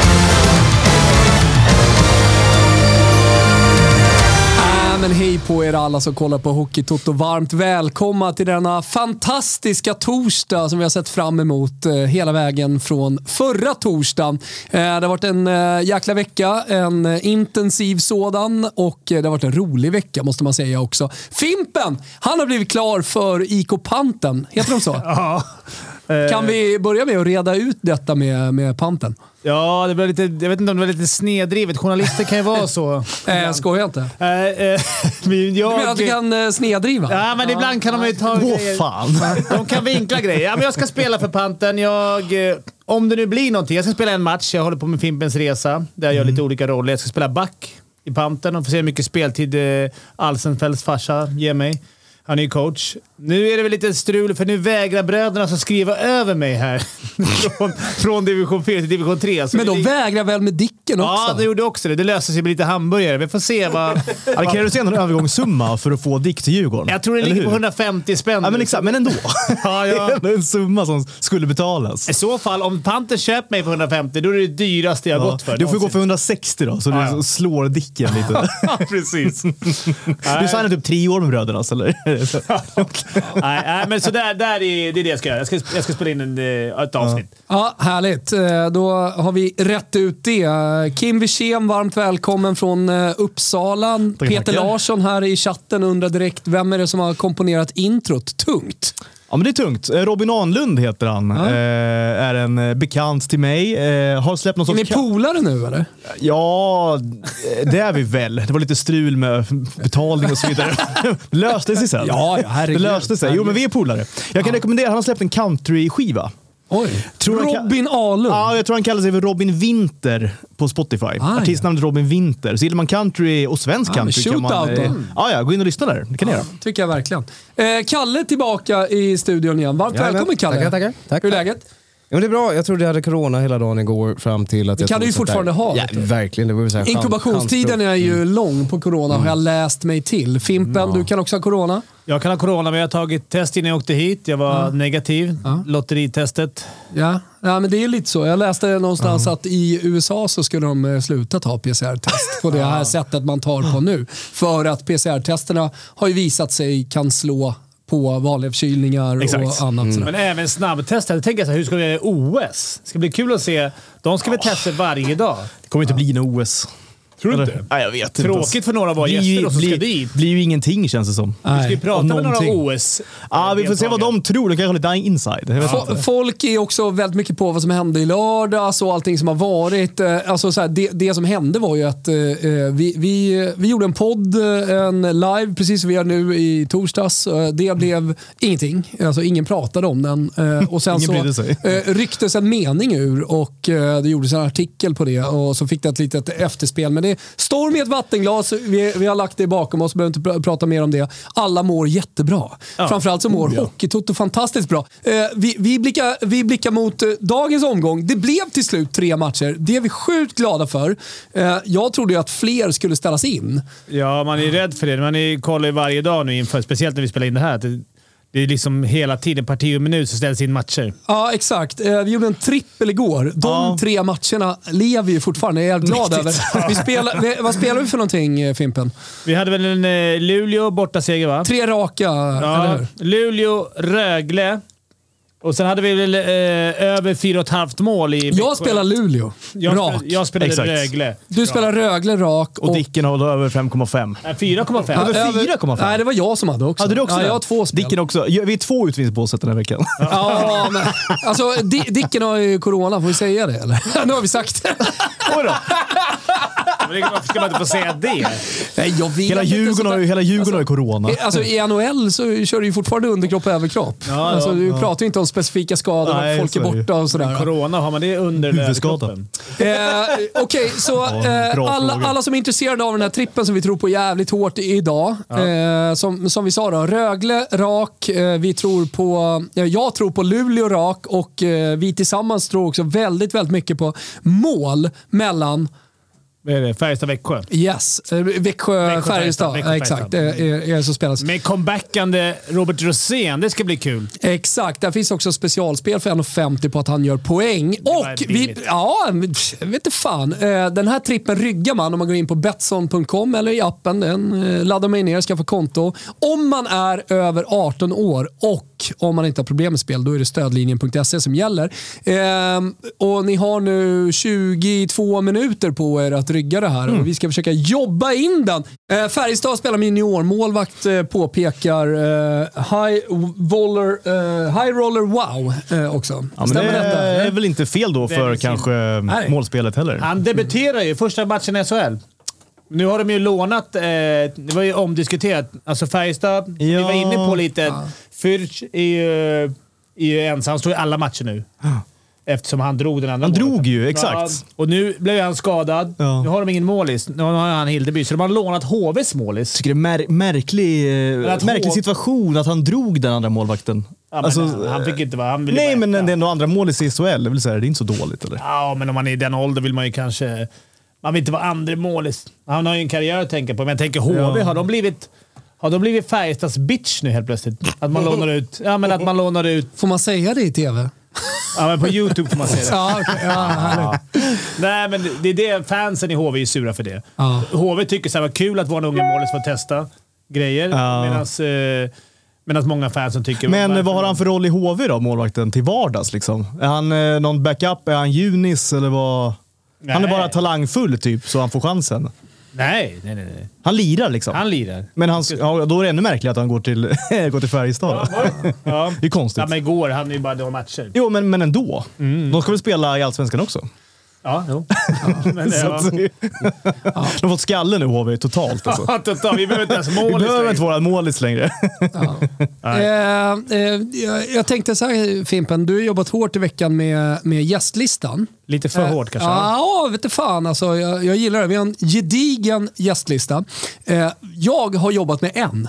Äh, på er alla som kollar på Hockeytoto. Varmt välkomna till denna fantastiska torsdag som vi har sett fram emot eh, hela vägen från förra torsdagen. Eh, det har varit en eh, jäkla vecka, en eh, intensiv sådan och eh, det har varit en rolig vecka måste man säga också. Fimpen, han har blivit klar för IK Panten. Heter de så? Ja. Eh, Kan vi börja med att reda ut detta med, med Panten? Ja, det blev lite, jag vet inte om det var lite snedrivet. Journalister kan ju vara så. Eh, skojar inte. Eh, eh, men jag, Du menar att du kan eh, snedriva? Ja, men ibland kan de ju ta grejer. De kan vinkla grejer. Ja, men jag ska spela för Panten. Jag, eh, om det nu blir någonting. Jag ska spela en match. Jag håller på med Fimpens Resa, där jag gör Mm. lite olika roller. Jag ska spela back i Panten och får se hur mycket speltid eh, Alsenfeldts farsa ger mig. Han är ju coach. Nu är det väl lite strul, för nu vägrar bröderna som skriva över mig här. från, från division 4 till division 3. Så Men det de vägrar väl med Dicken också? Ja, det gjorde också det. Det löste sig med lite hamburgare. Vi får se vad... Ja, det krävdes ändå en övergångssumma för att få Dick till Djurgården. Jag tror det Eller ligger på hur? 150 spänn. Ja, men exakt. Men ändå. Ja, ja. Det är ändå en summa som skulle betalas. I så fall, om Panter köper mig för 150, då är det det dyraste jag Ja. gått för. Du får gå för någonsin. 160 då, så du liksom Ja, ja. slår Dicken lite. Precis. Du signade typ tre år med Brödernas, eller? nej, nej, men så där, där är, det är det jag ska göra. Jag ska, jag ska spela in en, eh, ett avsnitt. Ja, härligt. Eh, Då har vi rätt ut det. Eh, Kim Wirsén, varmt välkommen från eh, Uppsala. Peter tackar. Larsson här i chatten undrar direkt, vem är det som har komponerat introt? Tungt. Ja, men det är tungt. Eh, Robin Ahnlund heter han. Eh, är en eh, bekant till mig. Eh, har släppt någon Är ni sorts... ka- polare nu eller? Ja, eh, det är vi väl. Det var lite strul med betalning och så vidare. Det löste sig sen. Ja, ja, herregud. Det löste sig. Jo, men vi är polare. Jag kan rekommendera, han har släppt en countryskiva. Oj. Tror du han kan- Robin Alund. Ja, jag tror han kallar sig för Robin Winter på Spotify. Ah, ja. Artistnamnet Robin Winter. Så gillar man country och svensk Ja, men country kan man... shootout eh, då. Ah, Ja, ja, gå in och lyssna där. Det kan ni göra. Tycker jag verkligen. Eh, Kalle tillbaka i studion igen. Varmt Jajamän. välkommen Kalle. Tackar, tackar. Tack, Hur är tack. läget? Ja, men det är bra. Jag trodde jag hade corona hela dagen igår fram till att Det jag kan du ju tog sånt fortfarande där. ha, Ja, vet du. verkligen. Det var ju så här chans- Inkubationstiden chansprov. är ju lång på corona har jag läst mig till. Fimpen, du kan också ha corona. Jag kan ha corona, men jag har tagit test innan jag åkte hit. Jag var negativ. Ja. Lotteritestet. Ja. ja, men det är lite så. Jag läste någonstans att i USA så skulle de eh, sluta ta PCR-test på det här sättet man tar på nu. För att PCR-testerna har ju visat sig kan slå på vanliga förkylningar Exakt. Mm. och annat. sådär. Men även snabbtestet. Jag tänker så här, hur ska det OS? Det ska bli kul att se. De ska väl testa varje dag. Det kommer inte bli något OS. Tror du Eller? inte? Nej, jag vet inte. Tråkigt för några av våra gäster då som ska blir, dit. blir ju ingenting känns det som. Vi ska ju Nej. prata med några någonting. OS. Ja, vi får se vad de tror. De kanske har lite inside. Jag vet Fo- inte. Folk är också väldigt mycket på vad som hände i lördags och allting som har varit. Eh, Alltså så här, det, det som hände var ju att eh, eh, vi, vi, vi gjorde en podd, eh, en live, precis som vi gör nu i torsdags. Eh, Det blev ingenting. Alltså ingen pratade om den. Eh, Och sen Ingen brydde så sig. eh, rycktes en mening ur och eh, det gjordes en artikel på det och så fick det ett litet efterspel. Men det är storm i ett vattenglas. Vi, vi har lagt det bakom oss, behöver inte pr- prata mer om det. Alla mår jättebra. Framförallt så mår Hockeytoto fantastiskt bra. Eh, vi, vi, blickar, vi blickar mot eh, dagens omgång. Det blev till slut tre matcher. Det är vi sjukt glada för. Eh, jag trodde ju att fler skulle ställas in. Ja, man är ju rädd för det. Man är ju, kollar ju varje dag nu inför, speciellt när vi spelar in det här. att Det, det är liksom hela tiden, parti och minut, så ställs in matcher. Ja, exakt. Eh, Vi gjorde en trippel igår. De Ja. tre matcherna lever ju fortfarande. Jag är glad över. Mäktigt. Vi spelar, vi, vad spelar vi för någonting, eh, Fimpen? Vi hade väl en eh, Luleå bortaseger, va? Tre raka, eller Ja, hur? Luleå, Rögle. Och sen hade vi väl eh, över fyra och ett halvt mål i... Jag spelar Luleå. jag rak. Spelade, jag spelade Exakt. Rögle. du spelar Rögle rak. Och, Och Dicken har då över 5,5. Nej, 4,5. Ja, över 4,5. Nej, det var jag som hade också. Hade du också ja, det? jag har två spel. Dicken också. Ja, Vi är två utvinningsbåset den här veckan. Ja, men, alltså, Di- Dicken har ju corona, får vi säga det eller? Nu har vi sagt det. Oj då. Men det- Varför ska man inte få säga det? Nej, jag vet Hela inte, sånt Djurgården där- har ju, hela Djurgården har ju corona. Alltså i NHL så kör du ju fortfarande underkropp och överkropp. alltså, du pratar ju inte om specifika skador, Nej, att folk så är är det ju. borta och sådär. Corona, har man det under Huvudskada. överkroppen? Eh, Okej, så Ja, eh, bra alla, fråga. alla som är intresserade av den här trippen som vi tror på jävligt hårt i- idag. Eh, som, som vi sa då, Rögle rak, eh, vi tror på, eh, jag tror på Luleå rak och eh, vi tillsammans tror också väldigt, väldigt mycket på mål mellan vad är det? Färjestad-Växjö. Yes, eh, Växjö, Färjestad. Växjö, Ja, Exakt, Färjestad. eh, är, är som spelas. Med comebackande Robert Rosén. Det ska bli kul. Exakt, där finns också specialspel för 1,50 på att han gör poäng. var Och vi, billigt. ja, men, pff, jag vet inte fan. Eh, Den här trippen ryggar man om man går in på Betsson.com eller i appen. Den eh, laddar man ju ner, skaffar konto. Om man är över 18 år och om man inte har problem med spel, då är det stödlinjen.se som gäller. Ehm, Och ni har nu 22 minuter på er att rygga det här och vi ska försöka jobba in den. Eh, Färjestad spelar juniormålvakt, eh, påpekar eh, high, roller, eh, high Roller Wow eh, också. Ja, men det Stämmer detta? är, väl inte fel då Det är för väl kanske Nej. målspelet heller. Han debuterar ju första matchen i SHL. Nu har de ju lånat, eh, det var ju omdiskuterat, alltså Färjestad, vi Ja. var inne på lite. Fürch är ju, är ju ensam, han står i alla matcher nu. Eftersom han drog den andra Han målet. drog ju, exakt. Ja, och nu blev han skadad. Ja. Nu har de ingen målis. Nu har han Hildeby, så de har lånat HVs målis. Jag tycker det är mär- märklig, eh, att märklig H- situation att han drog den andra målvakten. Ja, men Alltså, han, han fick inte vara... Han ville nej, bara men det äta. är ändå andra mål i CSHL. Det, vill säga, det är inte så dåligt. Eller? Ja, men om man är i den åldern vill man ju kanske... Man vill inte vara andre målis. Han har ju en karriär att tänka på, men jag tänker HV. Ja. Har de blivit... Har de blivit Färjestads bitch nu helt plötsligt? Att man lånar ut... Ja, men att man lånar ut... Får man säga det i tv? Ja, men på YouTube får man se det. Ja, okej. ja, härligt. Nej, men det är det fansen i HV är sura för det. Ja. HV tycker så här, vad kul att våra unga målis får testa grejer. Ja. Medans, eh, medans många fansen tycker... Men eh, varför- vad har han för roll i HV då, målvakten, till vardags? Liksom? Är han eh, någon backup? Är han Junis? Eller vad? Han är Nej. bara talangfull typ, så han får chansen. Nej, nej, nej. nej. Han lirar liksom. Han lirar. Men han, ja, då är det ännu märkligare att han går till, går till Färjestad. Ja. Det är konstigt. ja, Mm. men igår hann ju bara några matcher. Jo, men, men ändå. De ska väl spela i Allsvenskan också? Ja, jo. Ja, men, Så ja. att, de har fått skalle nu, HV, totalt. Alltså. Ja, totalt. Vi behöver inte ens Vi mål i behöver Sverige. inte våra målis längre. Eh, eh, jag- jag tänkte så här Fimpen, du har jobbat hårt i veckan med, med gästlistan. Lite för Eh, hårt kanske. Ja, vet du fan. Alltså, jag, jag gillar det. Vi har en gedigen gästlista. Eh, jag har jobbat med en.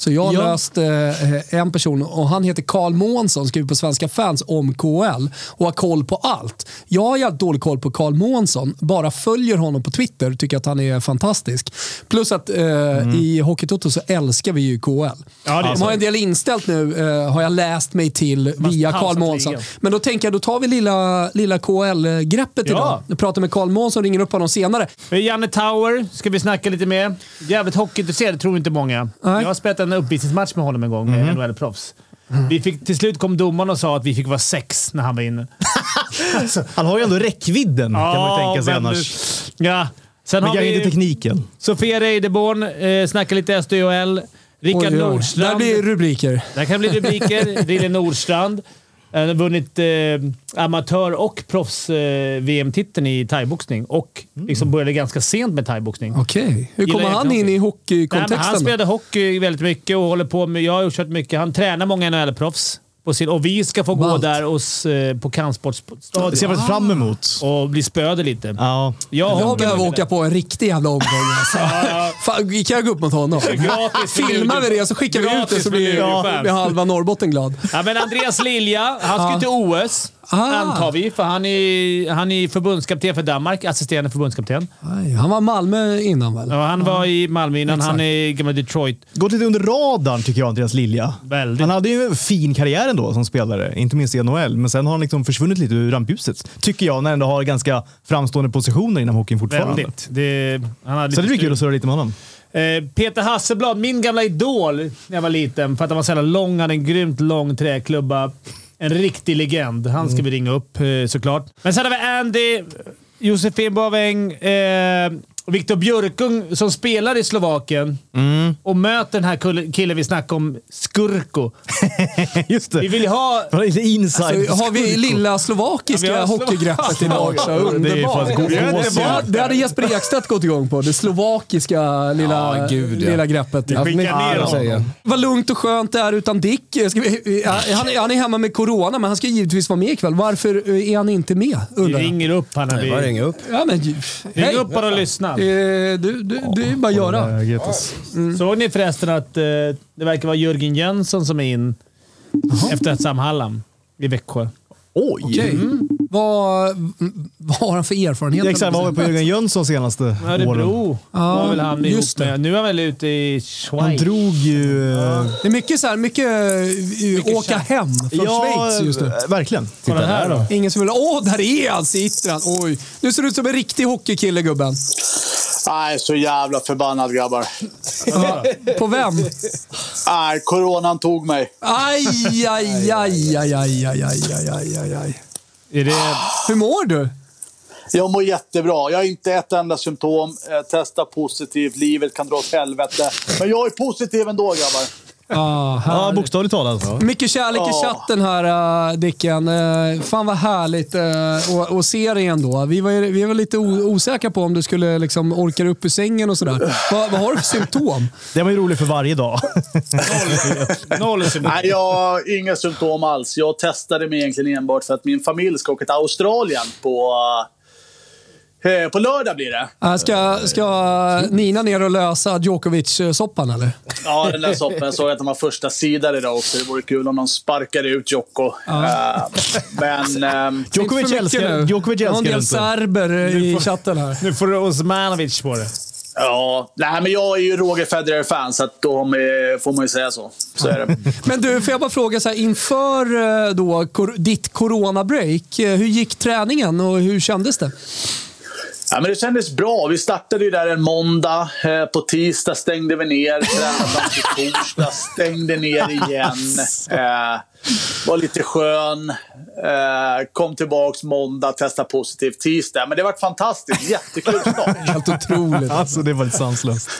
Så jag har Ja. löst eh, en person och han heter Karl Månsson, skriver på Svenska fans om KL och har koll på allt. Jag har jävligt dålig koll på Karl Månsson, bara följer honom på Twitter, tycker att han är fantastisk. Plus att eh, i Hockeytoto så älskar vi ju KL. Mm. Ja, det är De så. har en del inställt nu, eh, har jag läst mig till via pausat Karl Månsson. ligan. Men då tänker jag, då tar vi lilla, lilla KL-greppet Ja. idag. Jag pratar med Karl Månsson, ringer upp honom senare. Men Janne Tower ska vi snacka lite med. Jävligt hockeyintresserad, tror inte många. Nej. Mhm. Jag har spelat en uppvisningsmatch med honom en gång med NHL-proffs. Vi fick, till slut kom domaren och sa att vi fick vara sex när han var inne. Han har ju ändå räckvidden, kan man ju tänka sig Alltså. Ja, men- annars. Ja. Sen Men har kanske vi inte tekniken. Sofia Reideborn, eh, snackar lite SDHL. Rickard Oj, oj, oj. Nordstrand. Där blir rubriker. Det här kan bli rubriker. Rille Nordstrand. Han har vunnit eh, amatör och proffs-VM-titeln i thaiboxning och liksom började ganska sent med thaiboxning. Mm. Okej, hur Gillar kommer jag han knappt. in i Nej, men Han hockeykontexten? då? spelade hockey väldigt mycket och håller på med... Jag har ju kört mycket. Han tränar många NHL-proffs. på sin- Och vi ska få gå Ballt. där hos, eh, på Det ser jag kampsportsstadion faktiskt fram emot. och bli spöade lite. Ja. Jag har Jag behöver åka på en riktig jävla omgång. Alltså. Fan, vi kan jag gå upp mot honom? Gratis för Filmar vi Luleå. det så skickar vi ut Gratis det så för blir, Luleå-fans. blir halva Norrbotten glad. Ja, men Andreas Lilja, han ska ju till OS. Ah. Antar vi, för han är, han är förbundskapten för Danmark. Assisterande förbundskapten. Nej, han var i Malmö innan väl? Ja, han var i Malmö innan. Exakt. Han är i gamla Detroit. Gått lite under radarn tycker jag, Andreas Lilja. Väldigt. Han hade ju en fin karriär ändå som spelare, inte minst i NHL, men sen har han liksom försvunnit lite ur rampljuset. Tycker jag, när han ändå har ganska framstående positioner inom hockeyn fortfarande. Väldigt. Det, han hade Så det blir lite kul att surra lite med honom. Eh, Peter Hasselblad, min gamla idol när jag var liten. För att han var så jävla lång. Han hade en grymt lång träklubba. En riktig legend. Han Mm. ska vi ringa upp eh, såklart. Men sen har vi Andy, Josefin Boaväng, eh, och Viktor Björkung som spelar i Slovakien Mm. och möter den här kull- killen vi snackade om, Skurko. Just det. Vi vill ha... Det var lite inside. Så Alltså, har vi lilla slovakiska Ja, vi har slov- hockeygreppet idag också? Underbart! fan god Det hade- gås igen. Det hade Jesper Ekstedt gått igång på. Det slovakiska lilla, Ja, gud, ja. lilla greppet. Att ni- ner Ja, honom. säger. Vad lugnt och skönt det är utan Dick. Eh, Ska vi, eh, han, är- han är hemma med corona, men han ska givetvis vara med ikväll. Varför eh, är han inte med? Vi Undrar jag. ringer upp honom. Det är Vi, bara att ringa upp. Ja, men, ju- ring hej. upp honom och lyssna. Eh, Du, du, det är bara att göra. Mm. Läget är- Såg ni förresten att eh, det verkar vara Jörgen Jönsson som är in efter Sam Hallam i Växjö? Oj! Mm. Okej. Vad, vad har han för erfarenhet? Ja, Exakt, vad har vi på Jörgen Jönsson senaste åren? Örebro var väl han ihop just det. med. Nu är han väl ute i Han Schweiz. drog ju... eh, Det är mycket, så här, mycket, eh, åka tjafs. hem från Schweiz just nu. eh, Verkligen. Kolla här då. Ingen som vill... Åh, där är han! Sitter han. Oj. Nu ser du ut som en riktig hockeykille, gubben. Nej, så jävla förbannad grabbar. På vem? Nej, coronan tog mig. Aj, aj, aj, aj, aj, aj, aj, aj, aj, aj, aj. Är det... Hur mår du? Jag mår jättebra. Jag har inte ett enda symptom. Eh, Testa positivt. Livet kan dra åt helvete. Men jag är positiv ändå grabbar. Ah, Ja, här. bokstavligt talat. alltså. Mycket kärlek i Ja. chatten här, äh, Dicken. Äh, fan vad härligt äh, att- att se dig ändå. Vi var, ju- vi var lite o- osäkra på om du skulle liksom orka upp ur sängen och sådär. Vad, vad har du för symptom? Det var ju rolig för varje dag. Noll symptom. Nej, jag har inga symptom alls. Jag testade mig egentligen enbart för att min familj ska åka till Australien på... eh, På lördag blir det. Äh, ska, ska Nina ner och lösa Djokovic-soppan eller? Ja, den där soppen. Jag såg att de har första sidan idag också. Det vore kul om de sparkade ut Jocko. Eh, Men... ehm, Alltså, Djokovic Inte för mycket älskar, nu. Djokovic Jag har en älskar del inte. serber äh, i chatten här. Nu får du Osmanovic på det. Ja, nej, men jag är ju Roger Federer-fan, så att då har man ju- får man ju säga så. Så är det. Men du, får jag bara fråga så här, inför eh, då, kor- ditt coronabreak, eh, hur gick träningen och hur kändes det? Ja, men det kändes bra. Vi startade ju där en måndag. Eh, På tisdag stängde vi ner. Tränade fram till torsdag. Stängde ner igen. Alltså. Eh, var lite skön. Eh, kom tillbaks måndag, testade positivt tisdag. Men det var fantastiskt. Jättekul start. Helt otroligt. Alltså, det var lite sanslöst.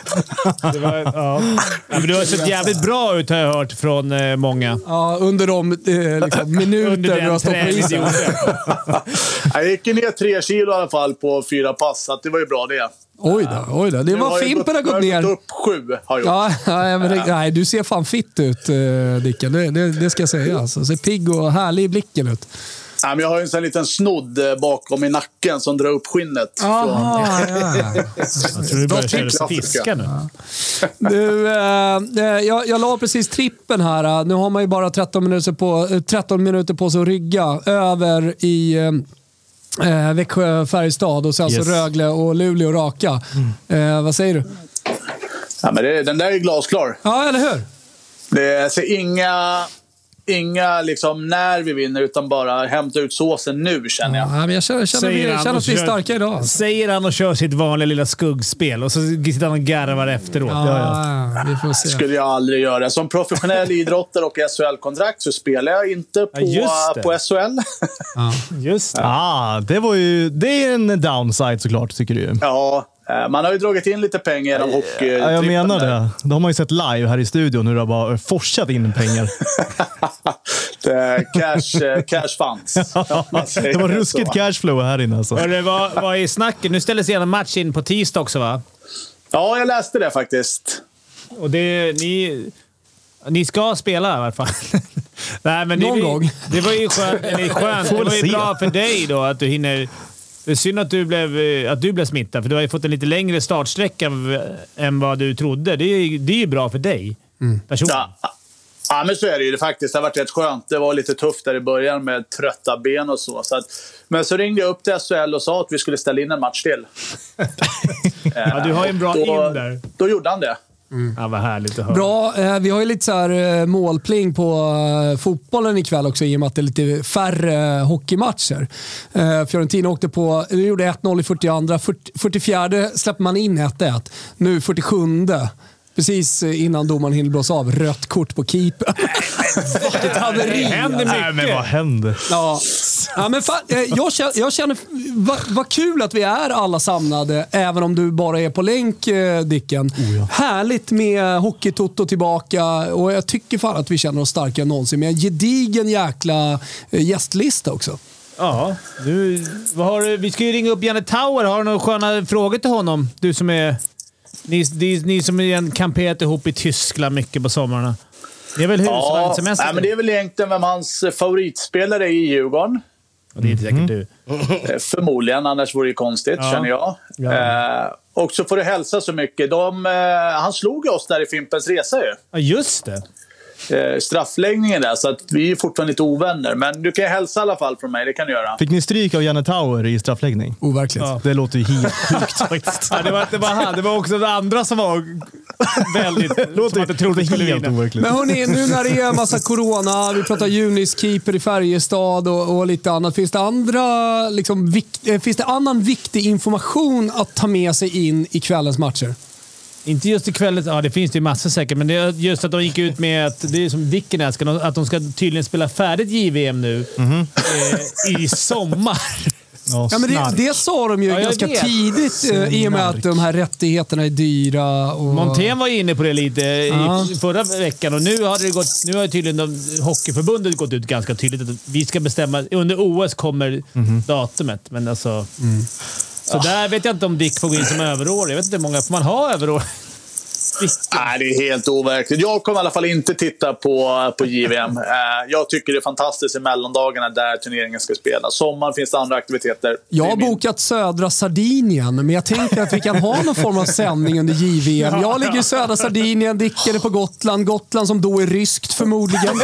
det var, ja. Ja, men du har sett jävligt bra ut har jag hört från eh, många. Ja, under de eh, liksom, minuter Under du har den stått på träning du isen. gjorde. Jag gick ju ner tre kilo i alla fall på fyra pass, så att det var ju bra det. Oj då, oj då. Det var har ju Fimpen har gått- gått jag ner. upp sju, har jag gjort. Ja, nej, men det, nej, du ser fan fitt ut eh, Dicken. Det, det, det ska jag säga. Alltså, ser pigg och härlig i blicken ut. Nej, men jag har ju en sån här liten snodd eh, bakom i nacken som drar upp skinnet. från- ja. Jag tror du Alltså, börjar tips, köra Afrika. fiska nu. Du, eh, eh, jag, jag la precis trippen här. eh. Nu har man ju bara 13 minuter på, eh, 13 minuter på sig att rygga över i eh, eh, Växjö, Färjestad och sen Yes. så Rögle och Luleå raka. Mm. Eh, vad säger du? Ja, men det, den där är glasklar. Ja, eller hur? Det, så inga, inga liksom när vi vinner, utan bara hämta ut såsen nu, känner jag. Ja, men jag känner, känner, vi, han känner och att vi är kör- starka idag. Säger han och kör sitt vanliga lilla skuggspel och så sitter han och garvar efteråt. Ja, vi får se. skulle jag aldrig göra. Som professionell idrottare och SHL-kontrakt så spelar jag inte Ja, på, just det. på SHL. Just det. Ah, det var ju... Det är en downside såklart, tycker du ju. ja, eh, man har ju dragit in lite pengar genom hockey. Ja, jag menar det. Det har man ju sett live här i studion hur det har bara eh, forsat in pengar. det. cash, Typ, eh, cash funds. Man säger det var så. ruskigt cashflow här inne alltså. Hörru, vad, vad är snacket? Nu ställdes er match in på tisdag också, va? Ja, jag läste det faktiskt. Och det, ni, ni ska spela i alla fall. Nej, men Någon det, gång. Det var ju skönt. Eller skönt. Det var ju se. bra för dig då att du hinner... Det är synd att du, blev, eh, att du blev smittad, för du har ju fått en lite längre startsträcka av- eh, än vad du trodde. Det är ju det är ju bra för dig Mm. personligen. Ja. ja, men så är det ju faktiskt. Det har varit rätt skönt. Det var lite tufft där i början med trötta ben och så. så att, men så ringde jag upp till SHL och sa att vi skulle ställa in en match till. Eh, Ja, du har ju en bra in där. Mm. Då gjorde han det. Ja, vad härligt att höra. Bra. Eh, vi har ju lite så här eh, målpling på eh, fotbollen ikväll också i och med att det är lite färre eh, hockeymatcher. Eh, Fiorentina åkte på, de gjorde 1-0 i 42, 40, 44 släppte man in 1-1. Nu 47. Precis eh, innan domaren hinner blåsa av, rött kort på keeper. Vilket haveri! alltså. Det händer Nej, men vad mycket. händer? Ja. Ja, men fan, eh, jag känner, jag känner vad va kul att vi är alla samlade, även om du bara är på länk eh, Dicken. Härligt med Hockeytoto tillbaka och jag tycker fan att vi känner oss starkare än någonsin med en gedigen jäkla eh, gästlista också. Ja, du, vad har du, vi ska ju ringa upp Janne Tauer. Har du några sköna frågor till honom? Du som är... Ni, ni, ni som har kamperat ihop i Tyskland mycket på somrarna. Det är väl Ja, husvagnssemester? nej, men det är väl egentligen vem hans favoritspelare är i Djurgården. Och det är inte Mm. säkert du. Eh, Förmodligen, annars vore det ju konstigt, Ja. känner jag. Eh, och så får du hälsa så mycket. De, eh, han slog ju oss där i Fimpens Resa ju. Ja, just det. eh, straffläggningen där. Så att vi är fortfarande lite ovänner. Men du kan ju hälsa i alla fall från mig. Det kan du göra. Fick ni stryk av Janne Tauer i straffläggning? Overkligt. Det låter ju helt sjukt faktiskt. Ja, det var inte bara han, det var också de andra som var väldigt... som inte trodde skulle helt vinna. overkligt. Men hörni, nu när det är massa corona, vi pratar Junis keeper i Färjestad och, och lite annat. Finns det, andra, liksom, vikt, eh, finns det annan viktig information att ta med sig in i kvällens matcher? Inte just i kvällen. Ja, det finns det ju massor säkert, men det är just att de gick ut med att, det är som Dicken älskar, att de ska tydligen spela färdigt JVM nu eh, i sommar. Ja, Ja, men det, det sa de ju Ja, jag ganska vet. tidigt eh, i och med att de här rättigheterna är dyra. Och... Montén var inne på det lite eh, i Ja. förra veckan och nu har, det gått, nu har ju tydligen de, Hockeyförbundet gått ut ganska tydligt att vi ska bestämma. Under OS kommer Mhm. datumet, men alltså... Ah. Så där vet jag inte om Dick får gå in som överårig. Jag vet inte hur många får man ha överårig? Nej, det är helt overkligt. Jag kommer i alla fall inte titta på, på JVM. Eh, jag tycker det är fantastiskt i mellandagarna där turneringen ska spelas. Sommar finns det andra aktiviteter. Det Jag är har min- bokat södra Sardinien, men jag tänker att vi kan ha någon form av sändning under JVM. Jag ligger i södra Sardinien, Dick är på Gotland. Gotland som då är ryskt förmodligen.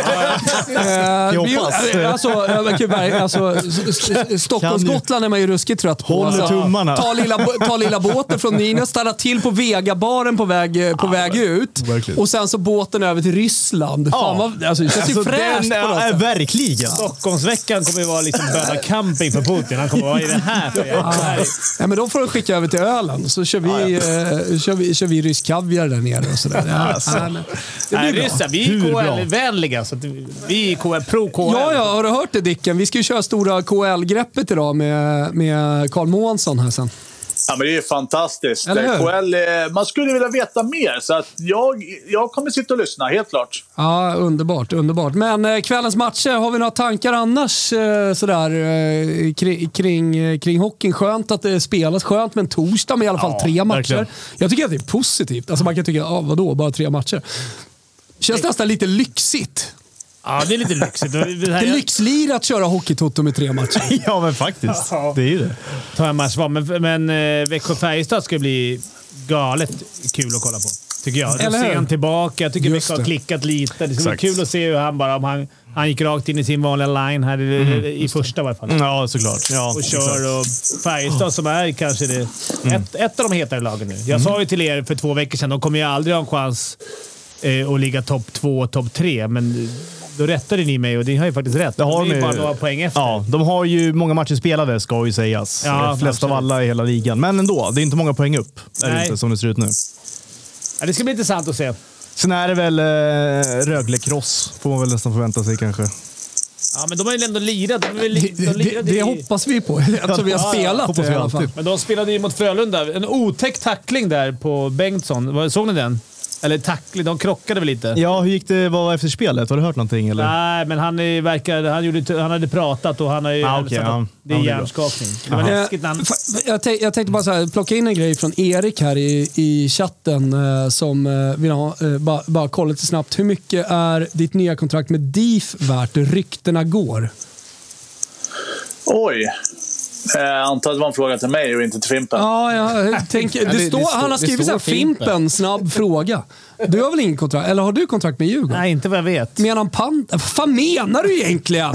Eh, Jag vi- hoppas. Alltså, eh, men gud, verkligen, alltså, s- s- s- Kan ju- Stockholms-Gotland är man ju ruskigt trött på. Håller tummarna. Alltså, ta, lilla, bå- ta lilla båten från Nynäs, stanna till på Vegabaren på väg, eh, på väg ut. verkligen. Och sen så båten över till Ryssland. Fan, Ja. vad, alltså, det känns ju Alltså, fräscht den- på något ja, sätt. Verkligen. Stockholmsveckan kommer ju vara liksom böda camping för Putin. Han kommer vara i den här för jävla- Ja, men de får de skicka över till Öland, så kör vi, eh, kör vi, kör vi rysk kaviar där nere. Och sådär. Ja, Alltså. ja, men det Alltså. Nej, blir bra. ryssar, vi Hur bra? är KHL-vänliga. Så att vi är KHL, pro-KHL. Ja, ja, har du hört det Dicken? Vi ska ju köra stora KL-greppet idag med, med Carl Månsson här sen. Ja, men det är fantastiskt. Eller hur? KL, eh, man skulle vilja veta mer, så att jag, jag kommer sitta och lyssna, helt klart. Ja, underbart, underbart. Men eh, kvällens matcher, har vi några tankar annars eh, sådär, eh, kri- kring, eh, kring hockeyn? Skönt att det spelas, skönt med en torsdag med i alla fall tre matcher. verkligen. Jag tycker att det är positivt. Alltså man kan tycka, ah, vadå, bara tre matcher? Känns nästan lite lyxigt. Ja, det är lite lyxigt. Det här, Det är jag lyxlir att köra hockeytoto med tre matcher. Ja, men faktiskt. Det är ju det. tar en match var, men, men eh, Växjö-Färjestad ska bli galet kul att kolla på. Tycker jag. Eller hur? Rosén tillbaka. Jag tycker Just Växjö har det. klickat lite. Det ska bli Exakt. kul att se hur han bara... Om han, han gick rakt in i sin vanliga line här i, i första i varje fall. Mm. Ja, såklart. Ja, och exakt. Mm. kör. Och Färjestad som är kanske det, ett, ett av de hetare lagen nu. Jag sa ju till er för två veckor sedan, de kommer ju aldrig ha en chans eh, att ligga topp två, topp tre, men då rättade ni mig och det har ju faktiskt rätt. Det har de är de ju bara ju. några poäng efter. Ja, de har ju många matcher spelade, ska ju sägas. Ja, Eh, Flest av absolut. alla i hela ligan. Men ändå, det är inte många poäng upp. Är det Nej. inte, som det ser ut nu. Ja, det ska bli intressant att se. Sen är det väl eh, Rögle-kross, får man väl nästan förvänta sig kanske. Ja, men de har ju ändå lirat. De, de, Det, de, det, lirade det i- hoppas vi på, eftersom vi har Ja, ja, spelat hoppas det i vi alla fall. alltid. Men de spelade ju mot Frölunda. En otäck tackling där på Bengtsson. Vad- Såg ni den? Eller tackling, de krockade väl lite? Ja, hur gick det? Vad var efter spelet? Har du hört någonting? Eller? Nej, men han, är, verkar, han, gjorde, han hade pratat och han har ju Ah, hälsat okej, att ja. Det är Ja, det är bra. hjärnskakning. Det var Eh, läskigt när han... fa- Jag, tänk, jag tänkte bara så här, plocka in en grej från Erik här i, i chatten eh, som eh, vill ha, eh, bara, bara kolla lite snabbt. Hur mycket är ditt nya kontrakt med DIF värt? Ryktena går. Oj! Eh, Jag antar att det var en fråga till mig och inte till Fimpen. Ja, jag tänker, det- det det står, står- han har det skrivit så här, står Fimpen. Fimpen, snabb fråga. Du har väl ingen kontrakt? Eller har du kontrakt med Djurgården? Nej, inte vad jag vet. Menar han pant? Vad fan menar du egentligen?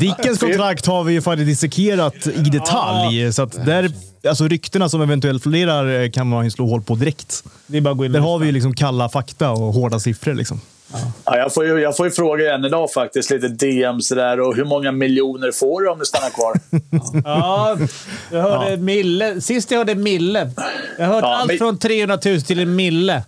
Dickens kontrakt har vi ju faktiskt dissekerat i detalj. Så att där, alltså ryktena som eventuellt florerar eh, kan man ju slå hål på direkt. Det är bara att gå in Där och har vi ju liksom kalla fakta och hårda siffror. Liksom. Ja, jag, får ju, jag får ju fråga än idag faktiskt, lite DMs där och hur många miljoner får du om du stannar kvar? Ja, jag hörde Mille. Sist jag hörde Mille. Jag har hört Ja, allt men- från 300 000 till en Mille.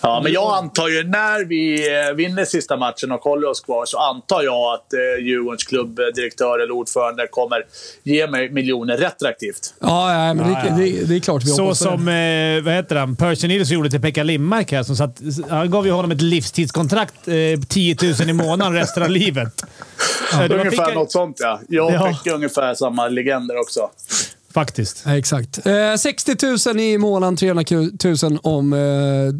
Ja, men jag antar ju när vi eh, vinner sista matchen och håller oss kvar så antar jag att eh, Djurgårdens klubbdirektör eller ordförande kommer ge mig miljoner retroaktivt. Ja, nej, men det, det, det är klart vi Så hoppas på det. som, eh, vad heter han, Percy Nilsson gjorde till Pekka Lindmark här. Som satt, han gav ju honom ett livstidskontrakt, eh, 10 000 i månaden resten av livet. Eh, Ja, Ungefär något sånt, ja. Jag Ja. fick ungefär samma legender också. Faktiskt. Ja, Exakt. Eh, 60 000 i månaden, 300 000 om eh,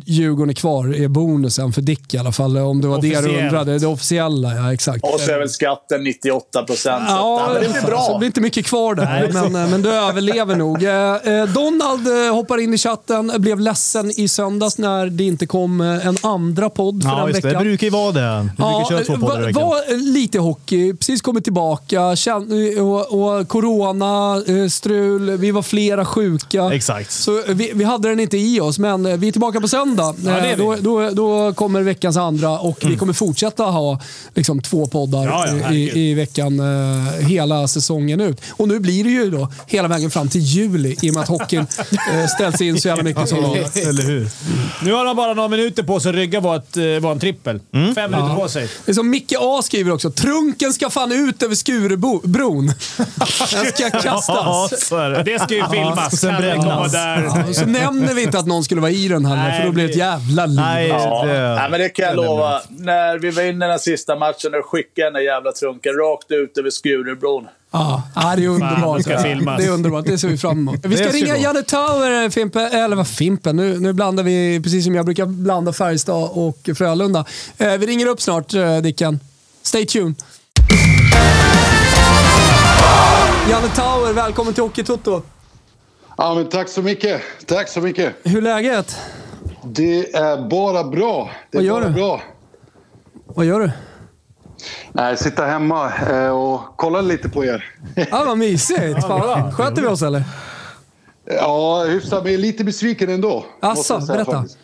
Djurgården är kvar är bonusen för Dick i alla fall. Om det var det du Officiellt. undrade. Det officiella, ja exakt. Eh, Och så är väl skatten 98 procent. Ja, men det blir så det bra. blir inte mycket kvar där, men, eh, men du överlever nog. Eh, eh, Donald eh, hoppar in i chatten, blev ledsen i söndags när det inte kom eh, en andra podd för Ja, den just det. Det veckan. brukar ju vara det. Vi brukar köra eh, två poddar i var, veckan. var lite hockey, precis kommit tillbaka, känn- och, och corona, eh, strul, vi var flera sjuka. Exakt. Så vi, vi hade den inte i oss, men eh, vi är tillbaka på söndag. är Mm. Eh, då, då, då kommer veckans andra och vi kommer fortsätta ha liksom, två poddar Ja, ja, eh, herregud. i, i veckan eh, hela säsongen ut. Och nu blir det ju då hela vägen fram till juli i och med att hockeyn eh, ställs in så jävla mycket som vanligt. Eller hur? Nu har han bara några minuter på sig att rygga vårt, eh, vår trippel. Fem minuter på sig. Det är som Micke A skriver också. Trunken ska fan ut över Skurebron. Den ska Ja, kastas. så är det. Det ska ju filmas. sen Kan det komma brännas. där? Och så nämner vi inte att någon skulle vara i den heller, Nej, för då blir det ett det- jävla liv. Nej, Ja. det... Nej, men det kan jag lova. När vi vinner den sista matchen, då skickar jag den där jävla trunken rakt ut över Skurubron. Ja, ja, det är underbart. det ska filmas. det är underbart. Det ser vi fram emot. Vi ska ska ringa gå. Janne Tauer, eh, Fimpen. Eller vad Fimpen? Nu, nu blandar vi, precis som jag brukar blanda Färjestad och Frölunda. Eh, vi ringer upp snart, eh, Dicken. Stay tuned. Janne Tauer, välkommen till Hockeytoto. Ja, men tack så mycket. Tack så mycket. Hur är läget? Det är bara bra. Det är Vad gör bara du? bra. Vad gör du? Nej, sitta hemma eh, och kolla lite på er. Ah, vad mysigt! Fan, vad- sköter vi oss eller? Ja, hyfsat. Men jag är lite besviken ändå. Asså, måste jag säga berätta. faktiskt.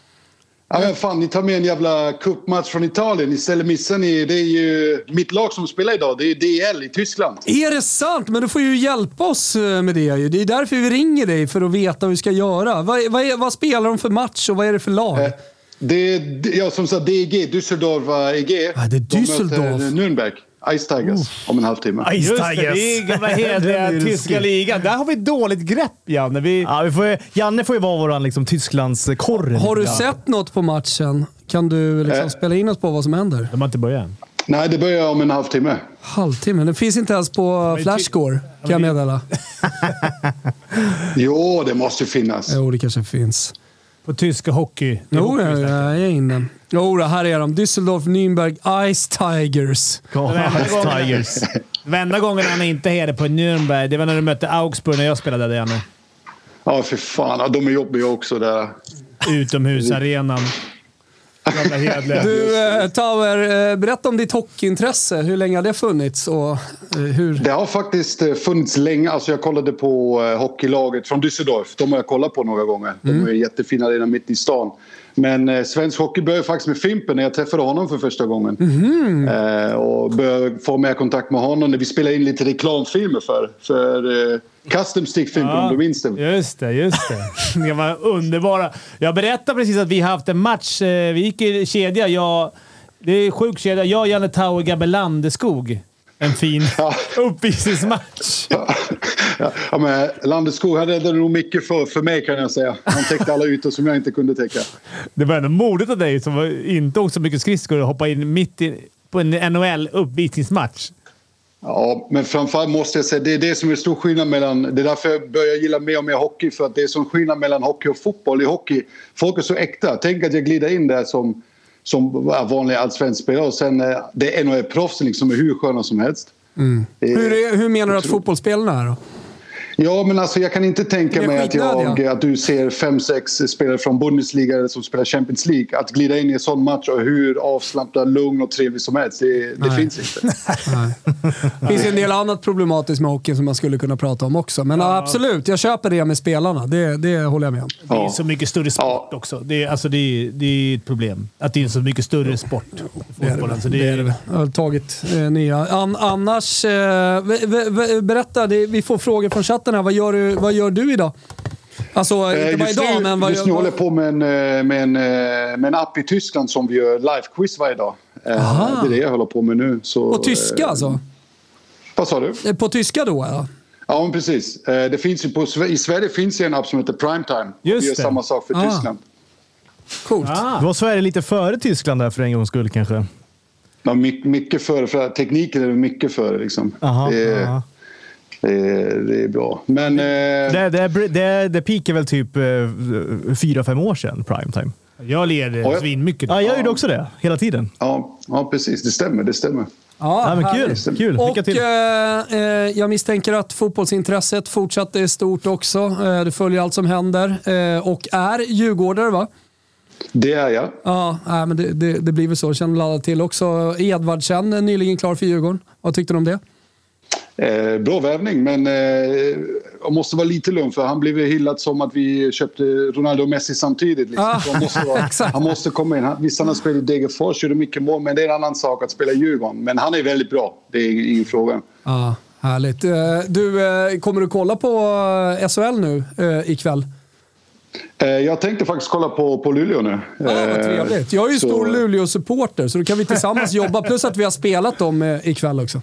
Ja, men fan, ni tar med en jävla cupmatch från Italien. Istället missar ni... Det är ju mitt lag som spelar idag. Det är DL i Tyskland. Är det sant? Men du får ju hjälpa oss eh, med det ju. Det är därför vi ringer dig, för att veta hur vi ska göra. Vad, vad, är, vad spelar de för match och vad är det för lag? Eh, Det, det, ja, som sagt, DEG, Düsseldorf eh, EG. Ah, det De är Düsseldorf. möter Nürnberg, Ice Tigers, om en halvtimme. Ice Just det, Tigers. det är gamla Den hederliga är ju tyska ruskig. ligan. Där har vi dåligt grepp, Janne. Vi... Ja, vi får, ju- Janne får ju vara vår liksom, Tysklandskorre. Har du Ja. sett något på matchen? Kan du Eh. liksom spela in oss på vad som händer? De har inte börjat än. Nej, det börjar om en halvtimme. Halvtimme. Den finns inte ens på Flashscore, kan jag meddela. Jo, det måste ju finnas. Jo, det kanske finns. På tyska hockey. Det är Jo, hockey vi jag, snackar. jag är inne. Jo, då, här är de. Düsseldorf, Nürnberg, Ice Tigers. Ja, Den enda Ice gången- Tigers. Den enda gången han inte hejade på Nürnberg, det var när du mötte Augsburg när jag spelade där, Janne. Ja, för fan. Ja, de är jobbiga också där. Utomhusarenan. Jävla hederliga. Du, eh, Tower, eh, berätta om ditt hockeyintresse. Hur länge har det funnits och eh, hur... Det har faktiskt eh, funnits länge. Alltså jag kollade på eh, hockeylaget från Düsseldorf. De har jag kollat på några gånger. De Mm. är jättefina redan mitt i stan. Men eh, svensk hockey började faktiskt med Fimpen när jag träffade honom för första gången. Mhm. Eh, och började få mer kontakt med honom när vi spelade in lite reklamfilmer för, för eh, Custom Stick Fimpen, om du minns det. Just det, just det. Det var underbara. Jag berättade precis att vi haft en match. eh, Vi gick i kedja. Jag, det är en sjuk kedja. Jag, Janne Tauer, Gabbe Landeskog. En fin uppvisningsmatch. ja, men Landeskog han räddade nog mycket för, för mig kan jag säga. Han täckte alla ytor som jag inte kunde täcka. Det var ändå modigt av dig som var- inte åkt så mycket skridskor och hoppa in mitt i, på en NHL-uppvisningsmatch. Ja, men framförallt måste jag säga det är det som är stor skillnad mellan... Det är därför jag börjar gilla mer och mer hockey. För att det är sån skillnad mellan hockey och fotboll. I hockey, folk är så äkta. Tänk att jag glider in där som, som vanlig allsvensk spelare och sen eh, det är NHL-proffsen liksom är hur sköna som helst. Det är- mm. Hur, är, hur menar du att fotbollsspelarna är då? Ja, men alltså jag kan inte Det tänka är mig att, skillnad, jag, ja. att du ser fem, sex spelare från Bundesliga eller som spelar Champions League. Att glida in i en sån match och hur avslappnad, lugn och trevlig som helst, det, det Nej. finns inte. Det finns ju en del annat problematiskt med hockeyn som man skulle kunna prata om också. Men ja, absolut, jag köper det med spelarna. Det, det håller jag med om. Det är Ja. så mycket större sport Ja. också. Det är, alltså det, är, det är ett problem. Att det är en så mycket större sport. Fotbollen. Så Det är det väl. Jag har tagit eh, nya. An, annars, eh, v, v, v, berätta. Det, vi får frågor från chatten här. Vad gör du, vad gör du idag? Alltså, Eh, inte bara Just idag, nu, men vad just gör nu håller jag på med en, eh, med, en, eh, med en app i Tyskland som vi gör live-quiz varje dag. Eh, Aha. Det är det jag håller på med nu. Så, På tyska eh, alltså? Vad sa du? Eh, På tyska då, ja. Ja, men precis. Eh, Det finns ju på, Sve- I Sverige finns ju en app som heter Primetime. Just vi gör det. samma sak för Ah. Tyskland. Coolt. Ah. Då var Sverige lite före Tyskland där för en gångs skull kanske. Ja, my- mycket före, för tekniken är mycket före. Liksom. Aha, det, är- aha. Eh, det är bra. Men... eh, Det, det, det, det peakade väl typ eh, fyra, fem år sedan, primetime. Jag leder Oj. svinmycket. Ja, jag gjorde också det. Hela tiden. Ja, ja, precis. Det stämmer. Det stämmer. Ja, men kul. härligt. kul. Och Lycka till. eh, eh, jag misstänker att fotbollsintresset fortsatt är stort också. Eh, du följer allt som händer eh, och är djurgårdare va? Det är jag. Ja, nej, men det, det, det blir väl så. Känner väl alla till också. Edvardsen, eh, nyligen klar för Djurgården. Vad tyckte du om det? Eh, bra värvning, men eh, jag måste vara lite lugn för han blev ju hyllad som att vi köpte Ronaldo och Messi samtidigt. Liksom. Ah, Så han, måste vara, exakt. han måste komma in. Han, visst, han har spelat i Degerfors, gjorde mycket mål, men det är en annan sak att spela i Djurgården. Men han är väldigt bra, det är ingen, ingen fråga. Ja, härligt. Eh, du, eh, kommer du kolla på eh, SHL nu eh, ikväll? Eh, jag tänkte faktiskt kolla på, på Luleå nu. Ja, Ah, vad Eh, trevligt. Jag är ju så- stor Luleå-supporter, så då kan vi tillsammans jobba. Plus att vi har spelat dem eh, ikväll också.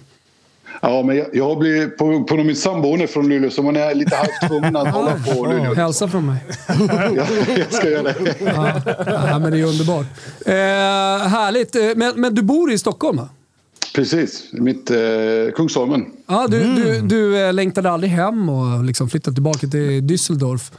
Ja, men jag, jag har blivit, på, på min sambo, hon är från Luleå, så man är lite halvt tvungen Ah. att hålla på Luleå. Hälsa från mig. Jag, jag ska göra det. Ja, ja, men det är underbart. Eh, härligt. Eh, Men, men du bor i Stockholm, va? Precis, mitt eh, Kungsholmen. Mm. Ja, Ah, du, du, du eh, längtade aldrig hem och liksom flyttade tillbaka till Düsseldorf.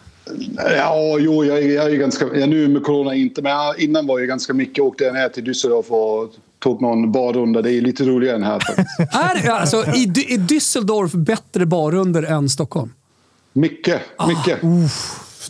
Ja, jo, jag, är- jag är ganska... Ja, nu med corona inte, men jag- innan var jag ganska mycket. Åkte jag ner till Düsseldorf och tog någon barrunda. Det är lite roligare än här faktiskt. Är, alltså, är, Dü- är Düsseldorf bättre barunder än Stockholm? Mycket, mycket. Ah,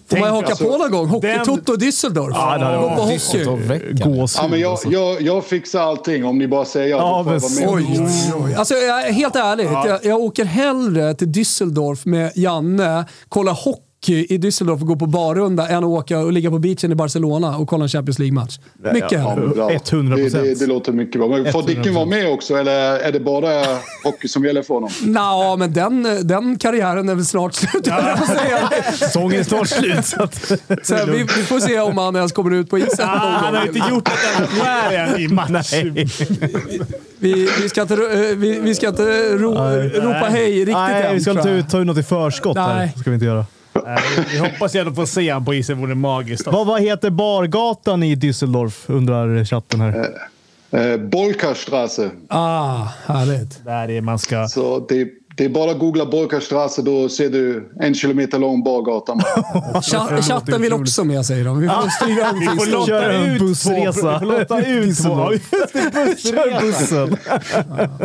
Får man haka på någon gång? alltså, den- Hockeytoto i Düsseldorf? Ja, det hade Gå varit på Dyster hockey. alltså. och veckan. Gåshud. Ja, men jag, jag, jag fixar allting om ni bara säger ja. Ja, då får jag men vara med. Oj. Alltså, jag, är helt ärligt, jag, jag åker hellre till Düsseldorf med Janne, kolla hockey i Düsseldorf och gå på barrunda än att åka och ligga på beachen i Barcelona och kolla en Champions League-match. Mycket Ja, hellre. men bra. 100%. Det, det, det låter mycket bra. Men får 100%. Dicken vara med också eller är det bara hockey som gäller för honom? Nja, men den, den karriären är väl snart slut, höll jag på att säga. Säsongen är snart slut. Så att... Så här, vi, vi får se om han ens kommer ut på isen någon Ah, Han har gång. inte gjort ett enda skär än i match. Nej. Vi, vi ska inte, ro- eh, vi, vi ska inte ro, ropa hej riktigt Nej, än, vi ska tror inte jag. ut- ta ut något i förskott här. Nej. ska vi inte göra. Vi hoppas jag ändå får se honom på isen. Det vore magiskt. Vad, vad heter bargatan i Düsseldorf? Undrar chatten här. Eh, Bolkarstrasse. Ah, härligt. Där är man ska... Så det, det är bara att googla Bolkarstrasse. Då ser du en kilometer lång bargata. Cha- Chatten vill också med, säger de. Vi får styra om Ah, Vi får till- lotta Kör en ut två- bussresa. vi får Lotta ut två. Düsseldorf. Kör bussen!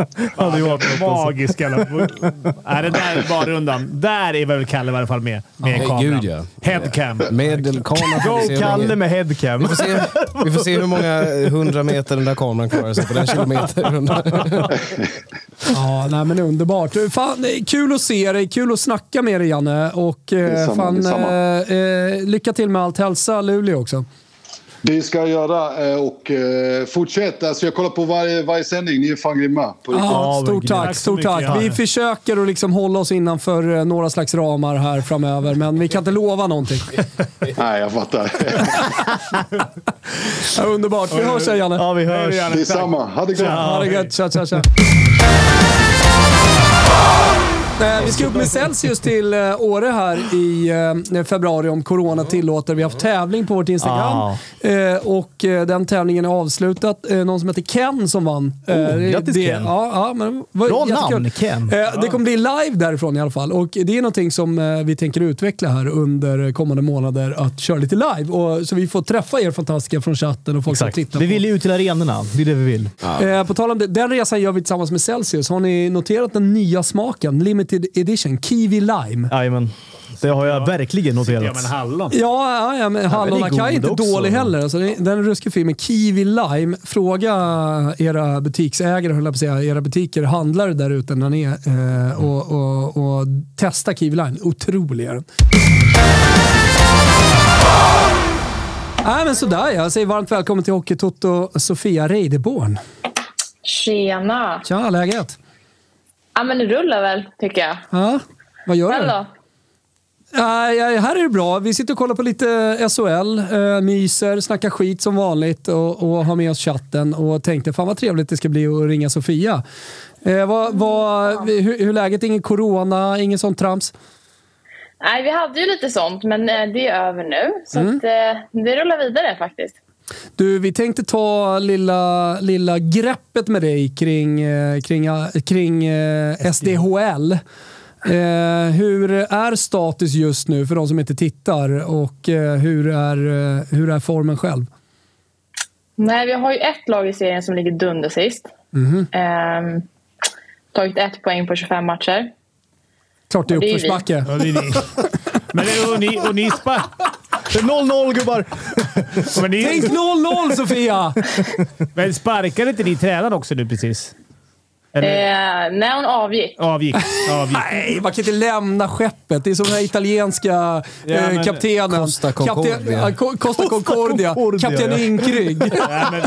Ja, det var Magisk jävla... Nej, det där är bara rundan. Där är väl Kalle i varje fall med. Med Ja, kameran. gud, ja. Headcam. Medelkameran. får vi se hur Kalle länge- med headcam. Vi får, se, vi får se hur många hundra meter den där kameran klarar sig på den kilometern. Ja, nej, men det är underbart. Du, Fan, det är kul att se dig, kul att snacka med dig Janne. Och, eh, Detsamma, fan, detsamma. eh, eh, lycka till med allt. Hälsa Luleå också. Det ska jag göra eh, och eh, fortsätt. Alltså jag kollar på varje, varje sändning. Ni är fan grymma. På riktigt. Ja, men stort gud. tack. Tack så Stort mycket, tack. Vi Janne. försöker att liksom hålla oss innanför eh, några slags ramar här framöver, men vi kan inte lova någonting. Nej, jag fattar. Ja, underbart. Vi hörs sen Janne. Ja, vi hörs. Detsamma. Ha det gott. Ha det gött. Tja, tja, tja. Eh, Vi ska upp med Celsius till eh, Åre här i eh, februari om corona tillåter. Vi har haft tävling på vårt Instagram Eh, och eh, den tävlingen är avslutad. Eh, Någon som heter Ken som vann. Eh, det- Oh, grattis, det- Ken. Ja, ja, men vad, Bra jättekul. namn, Ken. Eh, Det kommer bli live därifrån i alla fall och det är någonting som eh, vi tänker utveckla här under kommande månader att köra lite live. Och, så vi får träffa er fantastiska från chatten och folk som Exakt. tittar Vi på. vill ju ut till arenorna. Det är det vi vill. Eh, på tal om det, den resan gör vi tillsammans med Celsius. Har ni noterat den nya smaken? Limited edition, Kiwi Lime. Jajamän. Det har jag verkligen Ja, noterat. men hallon. Ja, ja, ja men hallon den är Acai är inte god också. dålig heller. Alltså, det- den är ruskigt fin, men Kiwi Lime. Fråga era butiksägare, höll jag på att säga, era butiker, handlare där ute när ni är eh, och, och, och testa Kiwi Lime. Otrolig är den. Nej, men sådär ja. Jag säger varmt välkommen till Hockeytoto, Sofia Reideborn. Tjena! Tja, läget? Ja, men det rullar väl, tycker jag. Ja, vad gör Själv du? då? Nej, nej, här är det bra. Vi sitter och kollar på lite SHL, eh, myser, snackar skit som vanligt och, och har med oss chatten och tänkte fan vad trevligt det ska bli att ringa Sofia. Eh, vad, vad, hur, hur är läget? Ingen corona, ingen sånt trams? Nej, vi hade ju lite sånt, men eh, det är över nu. Så Mm. att, eh, det rullar vidare faktiskt. Du, vi tänkte ta lilla, lilla greppet med dig kring, eh, kring, eh, kring eh, SDHL. Eh, hur är status just nu för de som inte tittar och eh, hur, är, eh, hur är formen själv? Nej, vi har ju ett lag i serien som ligger dunder sist. Mhm. Ehm, tagit ett poäng på 25 matcher. Klart det är Det är vi. uppförsbacke. Ja, det är ni. Men det- och ni, och ni spa... 0-0 gubbar! Men, ni, Tänk 0-0 Sofia! men sparkade inte ni tränaren också nu precis? Eller Eh, när hon avgick. avgick? avgick. Nej, man kan inte lämna skeppet. Det är som den här italienska eh, men- kaptenen. Costa Concordia. Kapten- ja, Co- Costa Concordia. Concordia, Kapten ja. Ynkrygg. Nej, men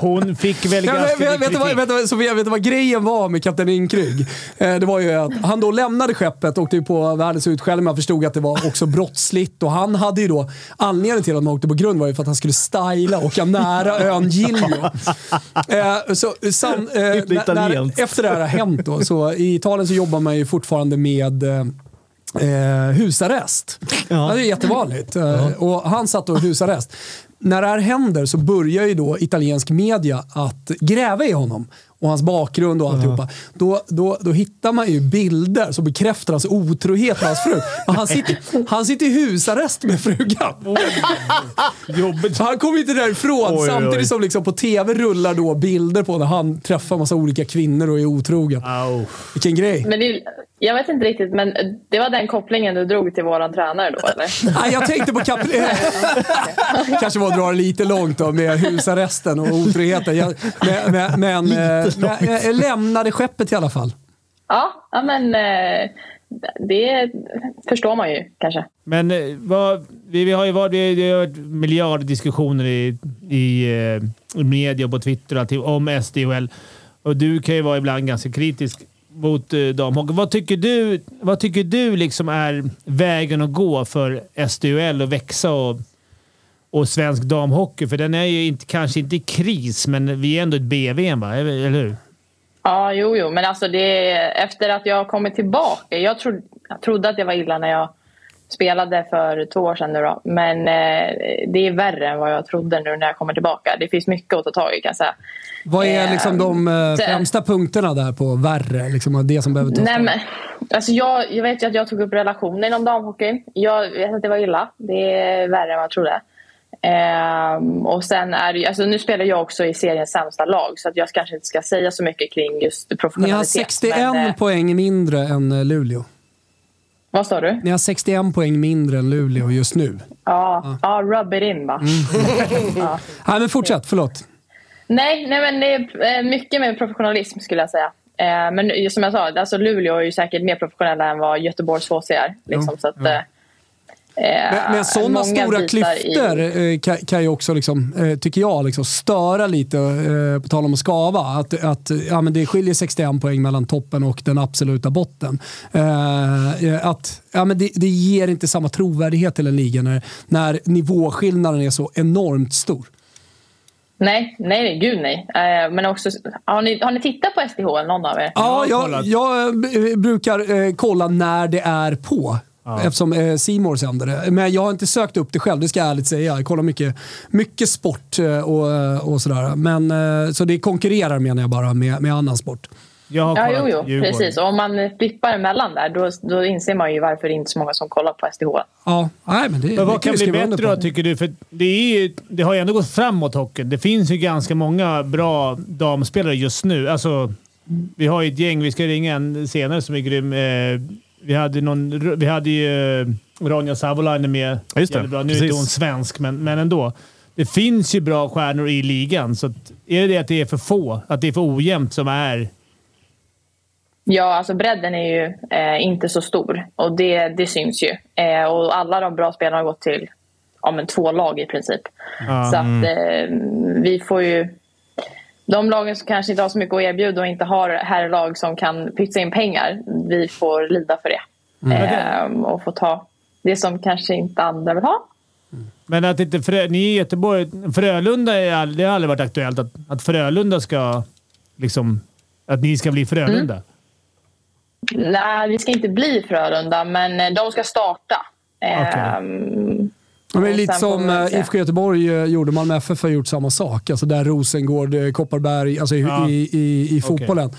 hon fick väl Ja, men, ganska vet, vet, du mycket vad, kritik. vet, du vad, Sofia, vet du vad grejen var med kapten Ynkrygg? Eh, det var ju att han då lämnade skeppet och åkte ju på världens utskällning. Man förstod att det var också brottsligt och han hade ju då anledningen till att man åkte på grund var ju för att han skulle styla och åka nära ön Giglio. Eh, så, sam, eh, när, italienskt. när, efter det här har hänt då, så i Italien så jobbar man ju fortfarande med eh, eh, husarrest. Ja. Det är jättevanligt. Eh, Och han satt då i husarrest. När det här händer så börjar ju då italiensk media att gräva i honom och hans bakgrund och alltihopa. Då, då, då hittar man ju bilder som bekräftar hans otrohet med hans fru. Men han, sitter, han sitter i husarrest med frugan. Jobbigt. Så han kommer inte därifrån Oj, oj, oj. samtidigt som liksom på tv rullar då bilder på när han träffar massa olika kvinnor och är otrogen. Au. Vilken grej. Men det, jag vet inte riktigt, men det var den kopplingen du drog till våran tränare då, eller? Nej, jag tänkte på kap... eh, Kanske var att dra det lite långt då med husarresten och otroheten. Jag, men men, men, eh, men jag, jag lämnade skeppet i alla fall. Ja, ja men eh, det förstår man ju kanske. Men eh, vad, vi, vi har ju varit, det har varit miljarddiskussioner i, i, eh, i media och på Twitter och allting om SDHL. Och du kan ju vara ibland ganska kritisk mot eh, damhockey. Vad tycker du, vad tycker du liksom är vägen att gå för SDHL och växa och, och svensk damhockey? För den är ju inte, kanske inte i kris, men vi är ändå ett BVM, va? Eller eller hur? Ja, jo, jo, men alltså det, efter att jag kommit tillbaka. Jag, trodde- jag trodde att jag var illa när jag spelade för två år sedan nu då. Men eh, det är värre än vad jag trodde nu när jag kommer tillbaka. Det finns mycket att ta tag i kan jag säga. Vad är liksom de eh, främsta punkterna där på värre? Liksom det som behöver tas Nej, men, alltså jag, jag vet ju att jag tog upp relationer inom damhockeyn. Jag vet att det var illa. Det är värre än vad jag trodde. Ehm, och sen är det, ju- alltså nu spelar jag också i seriens sämsta lag så att jag kanske inte ska säga så mycket kring just Ni har professionalitet. 61 men, eh, poäng mindre än eh, Luleå. Vad sa du? Ni har 61 poäng mindre än Luleå just nu. Ja, ja rub it in va. ja. Nej, men fortsätt. Förlåt. Nej, nej, men det är eh, mycket med professionalism skulle jag säga. Eh, Men ju- som jag sa, alltså Luleå är ju säkert mer professionella än vad Göteborgs HC är. Liksom, så att, eh, eh, Men, men sådana många stora bitar klyftor eh, kan, kan ju också, liksom, eh, tycker jag, liksom störa lite, eh, på tal om att skava, att, att eh, ja, men det skiljer 61 poäng mellan toppen och den absoluta botten. Eh, eh, att, ja, men det, det ger inte samma trovärdighet till en liga när, när nivåskillnaden är så enormt stor. Nej, nej, nej, gud nej. Eh, Men också, har, ni, har ni tittat på SDH någon av er? Ja, jag, jag eh, brukar eh, kolla när det är på. Eftersom eh, C More sänder det. Men jag har inte sökt upp det själv, det ska jag ärligt säga. Jag kollar mycket, mycket sport eh, och, och sådär. Men, eh, så det konkurrerar menar jag bara med, med annan sport. Jag har Ja, kollat jo, jo, Djurgården. precis. Och om man flippar emellan där, då, då inser man ju varför det är inte är så många som kollar på SDH. Ja, nej, men det, Men det vad kan vi bli skriva bättre under då, på. tycker du? För det, är ju, det har ju ändå gått framåt hockeyn. Det finns ju ganska många bra damspelare just nu. Alltså, vi har ju ett gäng. Vi ska ringa en senare som är grym. Eh, vi, hade någon, vi hade ju eh, Ronja Savolainen med. Ja, just det. Jävligt Bra. Nu är Precis. inte hon svensk, men, men ändå. Det finns ju bra stjärnor i ligan, så att, är det det att det är för få? Att det är för ojämnt som är... Ja, alltså bredden är ju eh, inte så stor och det, det syns ju. Eh, och alla de bra spelarna har gått till ja, men två lag i princip. Ah. Så Mm. att eh, vi får ju... De lagen som kanske inte har så mycket att erbjuda och inte har herrlag som kan pytsa in pengar, vi får lida för det. Mm. Eh, och få ta det som kanske inte andra vill ha. Men att inte Frö, ni i Göteborg... Frölunda, är, all- det har aldrig varit aktuellt att, att Frölunda ska... Liksom, att ni ska bli Frölunda. Nej, vi ska inte bli Frölunda, men eh, de ska starta. Eh, Okej. Ja, Men det är lite Sen får som vi väl eh, se. IFK Göteborg eh, gjorde. Malmö FF har gjort samma sak. Alltså där Rosengård, eh, Kopparberg, alltså i, Ja. i, i, i fotbollen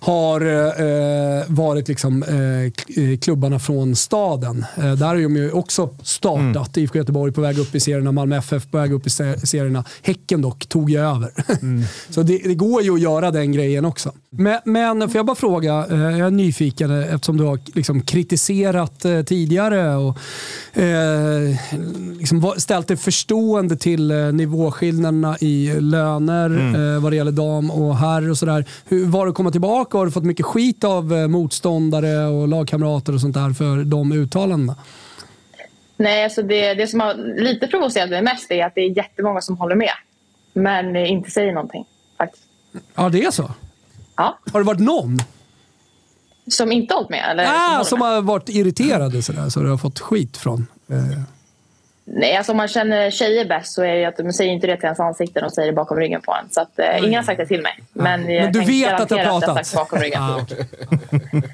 har eh, eh, varit liksom, eh, k- eh, klubbarna från staden. Eh, där har de ju också startat. IFK Göteborg på väg upp i serierna, Malmö FF på väg upp i se- serierna. Häcken dock tog ju över. Mm. Mm. Så det, det går ju att göra den grejen också. Men, men får jag bara fråga, eh, jag är nyfiken eh, eftersom du har liksom kritiserat eh, tidigare och eh, liksom va- ställt dig förstående till eh, nivåskillnaderna i löner eh, vad det gäller dam och herr och sådär. Hur var det att komma tillbaka? Har du fått mycket skit av eh, motståndare och lagkamrater och sånt där för de uttalandena? Nej, alltså det, det som har lite provocerat mig mest är att det är jättemånga som håller med. Men inte säger någonting. Faktiskt. Ja, det är så. Ja. Har det varit någon Som inte hållit med? Eller ah, håller som med? har varit irriterade sådär, så du har fått skit från? Eh, Nej, alltså om man känner tjejer bäst så är det ju att de säger inte det till ens ansikte. De säger det bakom ryggen på en. Så att, eh, ingen har sagt det till mig. Men, jag Men du kan vet att det garantera har jag pratats? sagt bakom ryggen. Ah, okej.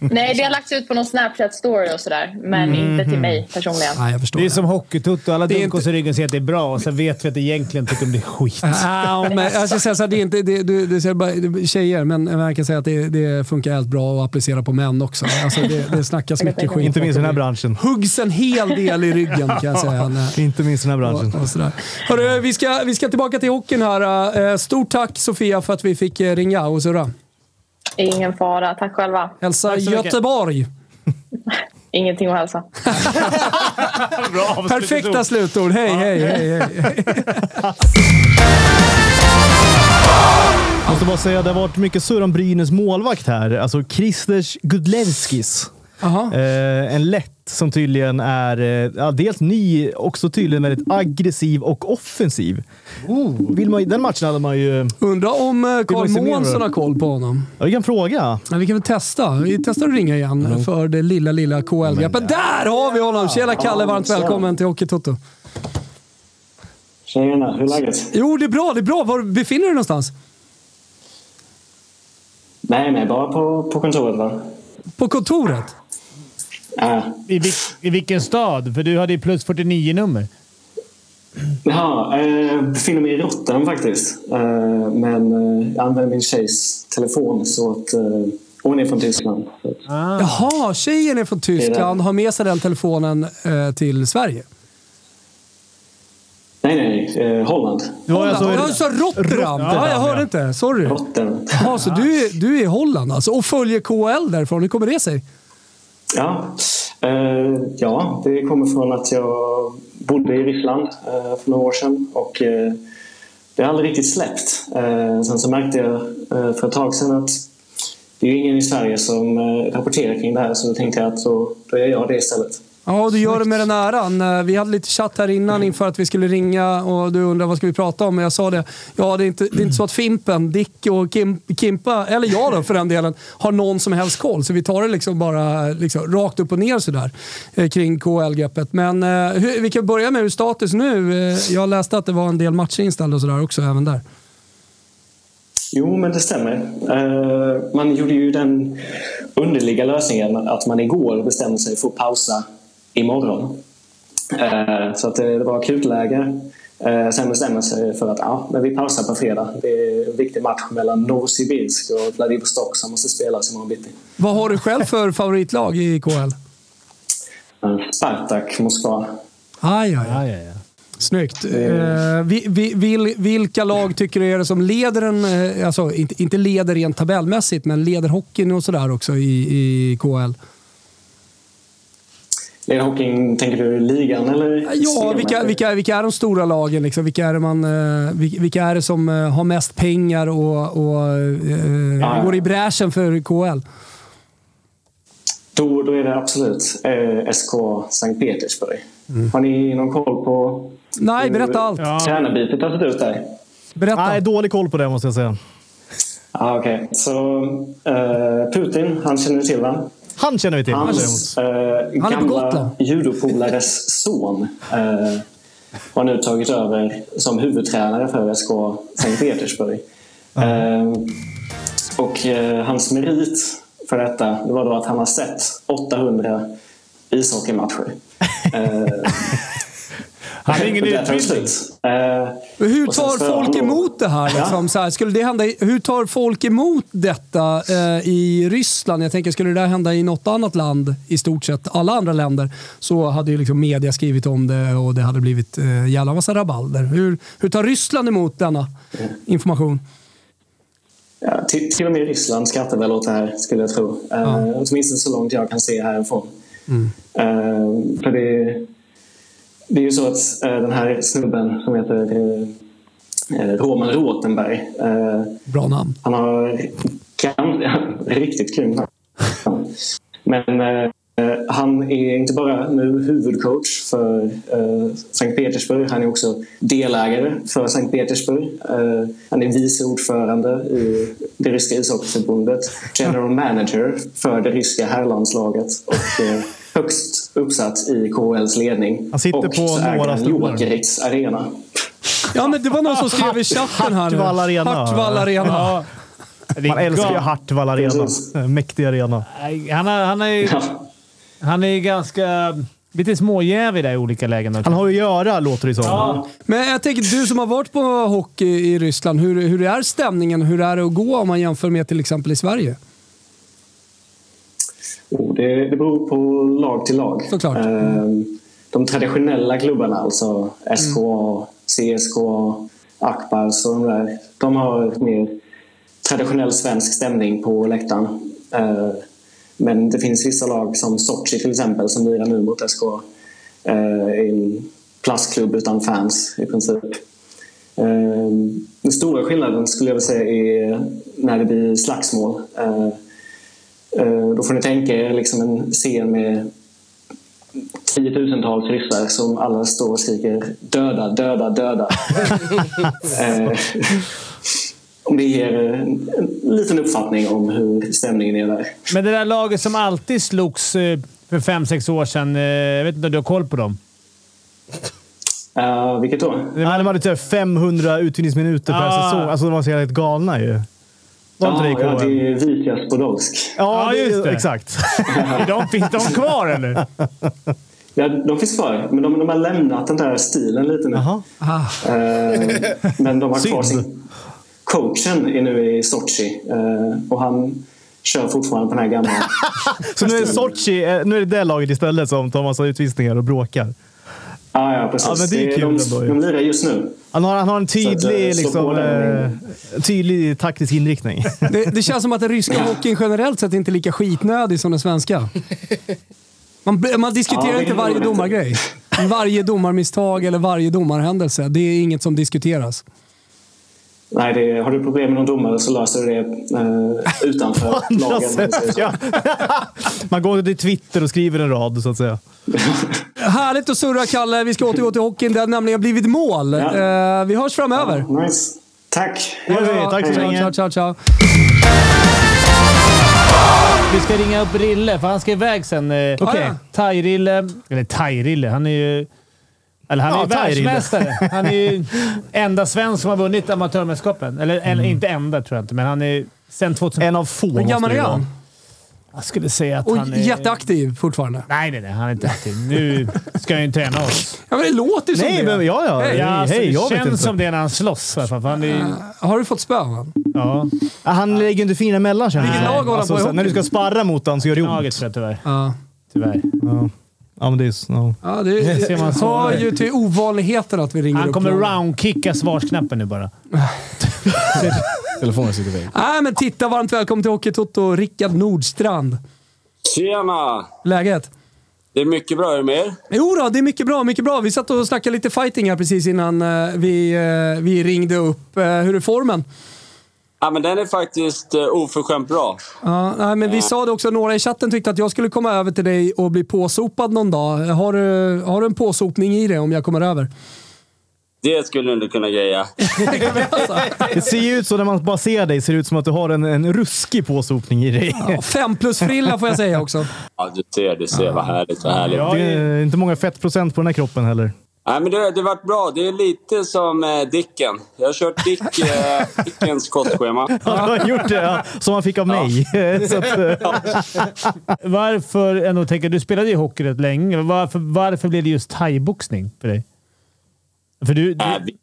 Nej, det har lagts ut på någon Snapchat-story och sådär. Men inte till mig personligen. Mm, Nej, jag förstår. Det är som hockeytutto. Alla Det är dunkar oss i ryggen säger att det är bra och sen vet vi att egentligen tycker de det är skit. Ja, men Ah, eh, jag ska säga så här, det är inte, det, du, du säger bara det är tjejer, men man kan säga att det, det funkar helt bra att applicera på män också. Alltså det, det snackas mycket skit. Inte minst i den här branschen. Huggs en hel del i ryggen kan jag säga. när- Inte minst i den här branschen. Och, och sådär. Hörru, vi, ska, vi ska tillbaka till hockeyn här. Eh, Stort tack Sofia för att vi fick eh, ringa och surra. Ingen fara. Tack själva. Hälsa så mycket. Göteborg! Ingenting att hälsa. Perfekta slutord. Hej, hej, hej, hej. Måste bara säga, det har varit mycket surr om Brynäs målvakt här. Alltså Christers Gudlevskis. Aha. Eh, en lätt som tydligen är eh, ja, dels ny, också tydligen väldigt aggressiv och offensiv. Vill man, den matchen hade man ju... Oh. Undrar om eh, man Carl ju se mer av Månsson det? har koll på honom. Ja, Mm. vi kan fråga. Men vi kan väl testa. Vi testar att ringa igen för det lilla, lilla kl greppet Där har vi honom! Tjena Kalle, varmt välkommen till Hockeytoto. Tjena, hur är läget? Jo, det är bra. Det är bra. Var befinner du dig någonstans? Nej, nej, bara på, på kontoret bara. På kontoret? Äh. I, vil- I vilken stad? För du hade ju plus 49-nummer. Jaha, eh, befinner mig i Rotterdam faktiskt. Eh, men eh, jag använder min tjejs telefon så att eh, hon är från Tyskland. Så att- Ah. Jaha, tjejen är från Tyskland har med sig den telefonen eh, till Sverige. Nej, nej, eh, Holland. Det var Holland. alltså, jag sa Rotterdam. Ja, jag hörde inte. Sorry. Rotterdam. Jaha, så du, är- du är i Holland alltså och följer KHL därifrån. Hur kommer det sig? Ja. Eh, ja, det kommer från att jag bodde i Ryssland eh, för några år sedan. Och, eh, det har aldrig riktigt släppt. Eh, sen så märkte jag eh, för ett tag sedan att det är ju ingen i Sverige som eh, rapporterar kring det här så då tänkte jag att då, då gör jag det istället. Ja, och du gör det med den äran. Eh, Vi hade lite chatt här innan inför att vi skulle ringa och du undrade vad ska vi prata om. Men jag sa det, ja det är inte, det är inte så att Fimpen, Dick och Kim, Kimpa, eller jag då för den delen, har någon som helst koll. Så vi tar det liksom bara liksom, rakt upp och ner sådär eh, kring KHL-greppet. Men eh, hur, vi kan börja med hur status nu. Eh, jag läste att det var en del matcher inställda och sådär också, även där. Jo, men det stämmer. Eh, man gjorde ju den underliga lösningen att man igår bestämde sig för att pausa imorgon. Eh, så att det, det var akutläge. Eh, sen bestämde man sig för att ja, men vi pausar på fredag. Det är en viktig match mellan Novosibirsk och Vladivostok som måste spelas imorgon bitti. Vad har du själv för favoritlag i KHL? Eh, Spartak, Moskva. Aj, aj, aj. Snyggt. Eh, vi, vi, vil, vilka lag tycker du är det som leder en, eh, alltså inte, inte leder rent tabellmässigt, men leder hockeyn och sådär också i, i KHL? Lederhockey, tänker du ligan eller? Ja, systemet? vilka, vilka, vilka är de stora lagen? Liksom? Vilka, är det man, eh, vil- vilka är det som eh, har mest pengar och, och eh, Ja. går i bräschen för KHL? Då, då är det absolut eh, SK Sankt Petersburg. Har ni någon koll på Mm. Nej, berätta allt. Ja. Tränarbytet har sett ut där. Berätta. nej, dålig koll på det måste jag säga. Ah, okay. Så eh, Putin, han känner ni till va? Han känner vi till. däremot. Hans eh, på gamla Gotland. judopolares son eh, har nu tagit över som huvudtränare för SK Sankt Petersburg. Eh, och eh, hans merit för detta det var då att han har sett 800 ishockeymatcher. Eh, Han är ingen där tar det utbildning. slut. Eh, Hur och sen tar så- folk emot det här? Liksom, så här skulle det hända, i- hur tar folk emot detta eh, i Ryssland? Jag tänker, skulle det där hända i något annat land, i stort sett alla andra länder, så hade ju liksom media skrivit om det och det hade blivit eh, jävla massa rabalder. Hur, hur tar Ryssland emot denna information? Ja, till, till och med Ryssland skrattar väl åt det här, skulle jag tro. Eh, Åtminstone så långt jag kan se härifrån. Eh, för det, det är ju så att eh, den här snubben som heter eh, eh, Roman Rotenberg, eh, Bra namn. han har kan, riktigt kul namn. Men eh, eh, han är inte bara nu huvudcoach för eh, Sankt Petersburg. Han är också delägare för Sankt Petersburg. Eh, han är vice ordförande i det ryska ishockeyförbundet. General manager för det ryska herrlandslaget. Och, eh, högst uppsatt i KHLs ledning. Han sitter och på så äger några han stolar. Joakiks arena. Ja, men det var någon som skrev i chatten här. nu. Hartwall Arena. Hartwall Arena. Ja. Man älskar ju Hartwall Arena. Precis. En Mäktig arena. Nej, Han, är- han, är, ju- han är ju ganska... Lite småjävig där i olika lägen. Han har ju att göra, låter det som. Men jag tänker, du som har varit på hockey i Ryssland, hur, hur är stämningen? Hur är det att gå om man jämför med till exempel i Sverige? Oh, det, det beror på lag till lag. Såklart. Ehm, de traditionella klubbarna, alltså SKA, CSKA, Akbars och de där. De har ett mer traditionell svensk stämning på läktaren. Eh, Men det finns vissa lag som Sochi till exempel som lirar nu mot SKA. Eh, En plastklubb utan fans i princip. Eh, Den stora skillnaden skulle jag vilja säga är när det blir slagsmål. Eh, Eh, Då får ni tänka er liksom en scen med tiotusentals ryssar som alla står och skriker döda, döda, döda. Eh, Om det ger en, en liten uppfattning om hur stämningen är där. Men det där laget som alltid slogs eh, för fem sex år sedan. eh, Jag vet inte om du har koll på dem? Eh, vilket då? Nej, de hade typ 500 utvisningsminuter per Ah. säsong. Alltså, de var så helt galna ju. Var inte det i ja, KHL? det är Vitjas Podolsk. Ja, Ja, det- just det. Exakt. Är de, finns de kvar eller? Ja, de finns kvar, men de, de har lämnat den där stilen lite nu. Jaha. Ah. Eh, men de har kvar Synd. sin... Coachen är nu i Sochi eh, och han kör fortfarande på den här gamla... Så nu är, Sochi, eh, nu är det det laget istället som tar massa utvisningar och bråkar. Ah, ja, precis. Ja, men det är kul de, ändå ju. de lirar just nu. Han har, han har en Så att, eh, tydlig, slå liksom, på den. eh, tydlig taktisk inriktning. Det, det känns som att den ryska hockeyn generellt sett inte är lika skitnödig som den svenska. Man, man Ja, diskuterar det inte är varje roligt. domargrej. Varje domarmisstag eller varje domarhändelse. Det är inget som diskuteras. Nej, det, har du problem med någon domare så löser du det eh, utanför Andra lagen. sätt, ja. Man går till Twitter och skriver en rad, så att säga. Härligt att surra, Kalle. Vi ska återgå till hockeyn. Det har nämligen blivit mål. Ja. Eh, vi hörs framöver. Nice. Tack! Ja, vi. Tack så Ciao, länge. Ciao, ciao, ciao. Vi ska ringa upp Rille, för han ska iväg sen. Okej. Okej. Thai-Rille. Eller Thai-Rille. Han är ju... Eller han Ja, är ju Thai-Rille. världsmästare. Han är ju enda svensk som har vunnit amatörmästerskapen. Eller en, inte enda tror jag inte, men han är sen 2000... En av få. Hur gammal måste är det vara. han? Jag skulle säga att Och han är... jätteaktiv fortfarande. Nej, nej, nej. Han är inte aktiv. Nu ska jag ju träna oss. Ja, men det låter som Nej, det. men ja, ja. Hej. Hej, Ja, alltså, hej, jag det vet känns inte. som det när han slåss. i alla fall, För han är, ju- Ah, Har du fått spö av honom? ja, Han lägger ju inte fina emellan känner Vilket lag håller Alltså, Alltså, så han på i här, hockey? När du ska sparra mot honom så gör det ont. gnaget tror jag tyvärr. Ja. tyvärr. Ja. ja, men det är så. Ja. Ja, det, det ser man så. hör ju till ovanligheten att vi ringer Han upp kommer någon. roundkicka svarsknappen nu bara. Telefonen sitter i väggen. Nej, men titta. Varmt välkommen till Hockeytoto, Rickard Nordstrand. Tjena! Läget? Det är mycket bra, är det med er? Jo då, det är mycket bra, mycket bra. Vi satt och snackade lite fighting här precis innan eh, vi, eh, vi ringde upp. Eh, hur är formen? Ja, men den är faktiskt eh, oförskämt bra. Ja, nej, men vi sa det också, några i chatten tyckte att jag skulle komma över till dig och bli påsopad någon dag. Har du, har du en påsopning i dig om jag kommer över? Det skulle du inte kunna greja. Det ser ju ut så när man bara ser dig, ser det ut som att du har en, en ruskig påsopning i dig. Fem plus frilla får jag säga också. Ja, du ser, du ser. Vad härligt, vad härligt. Det är inte många fettprocent på den här kroppen heller. Nej, men det, det vart bra. Det är lite som eh, Dicken. Jag har kört Dick, eh, Dickens kostschema. Ja, du har gjort det, ja. Som han fick av mig. Så att, eh, Varför, ändå tänker, du spelade ju hockey rätt länge. Varför, varför blev det just thaiboxning för dig? För du, du Nej,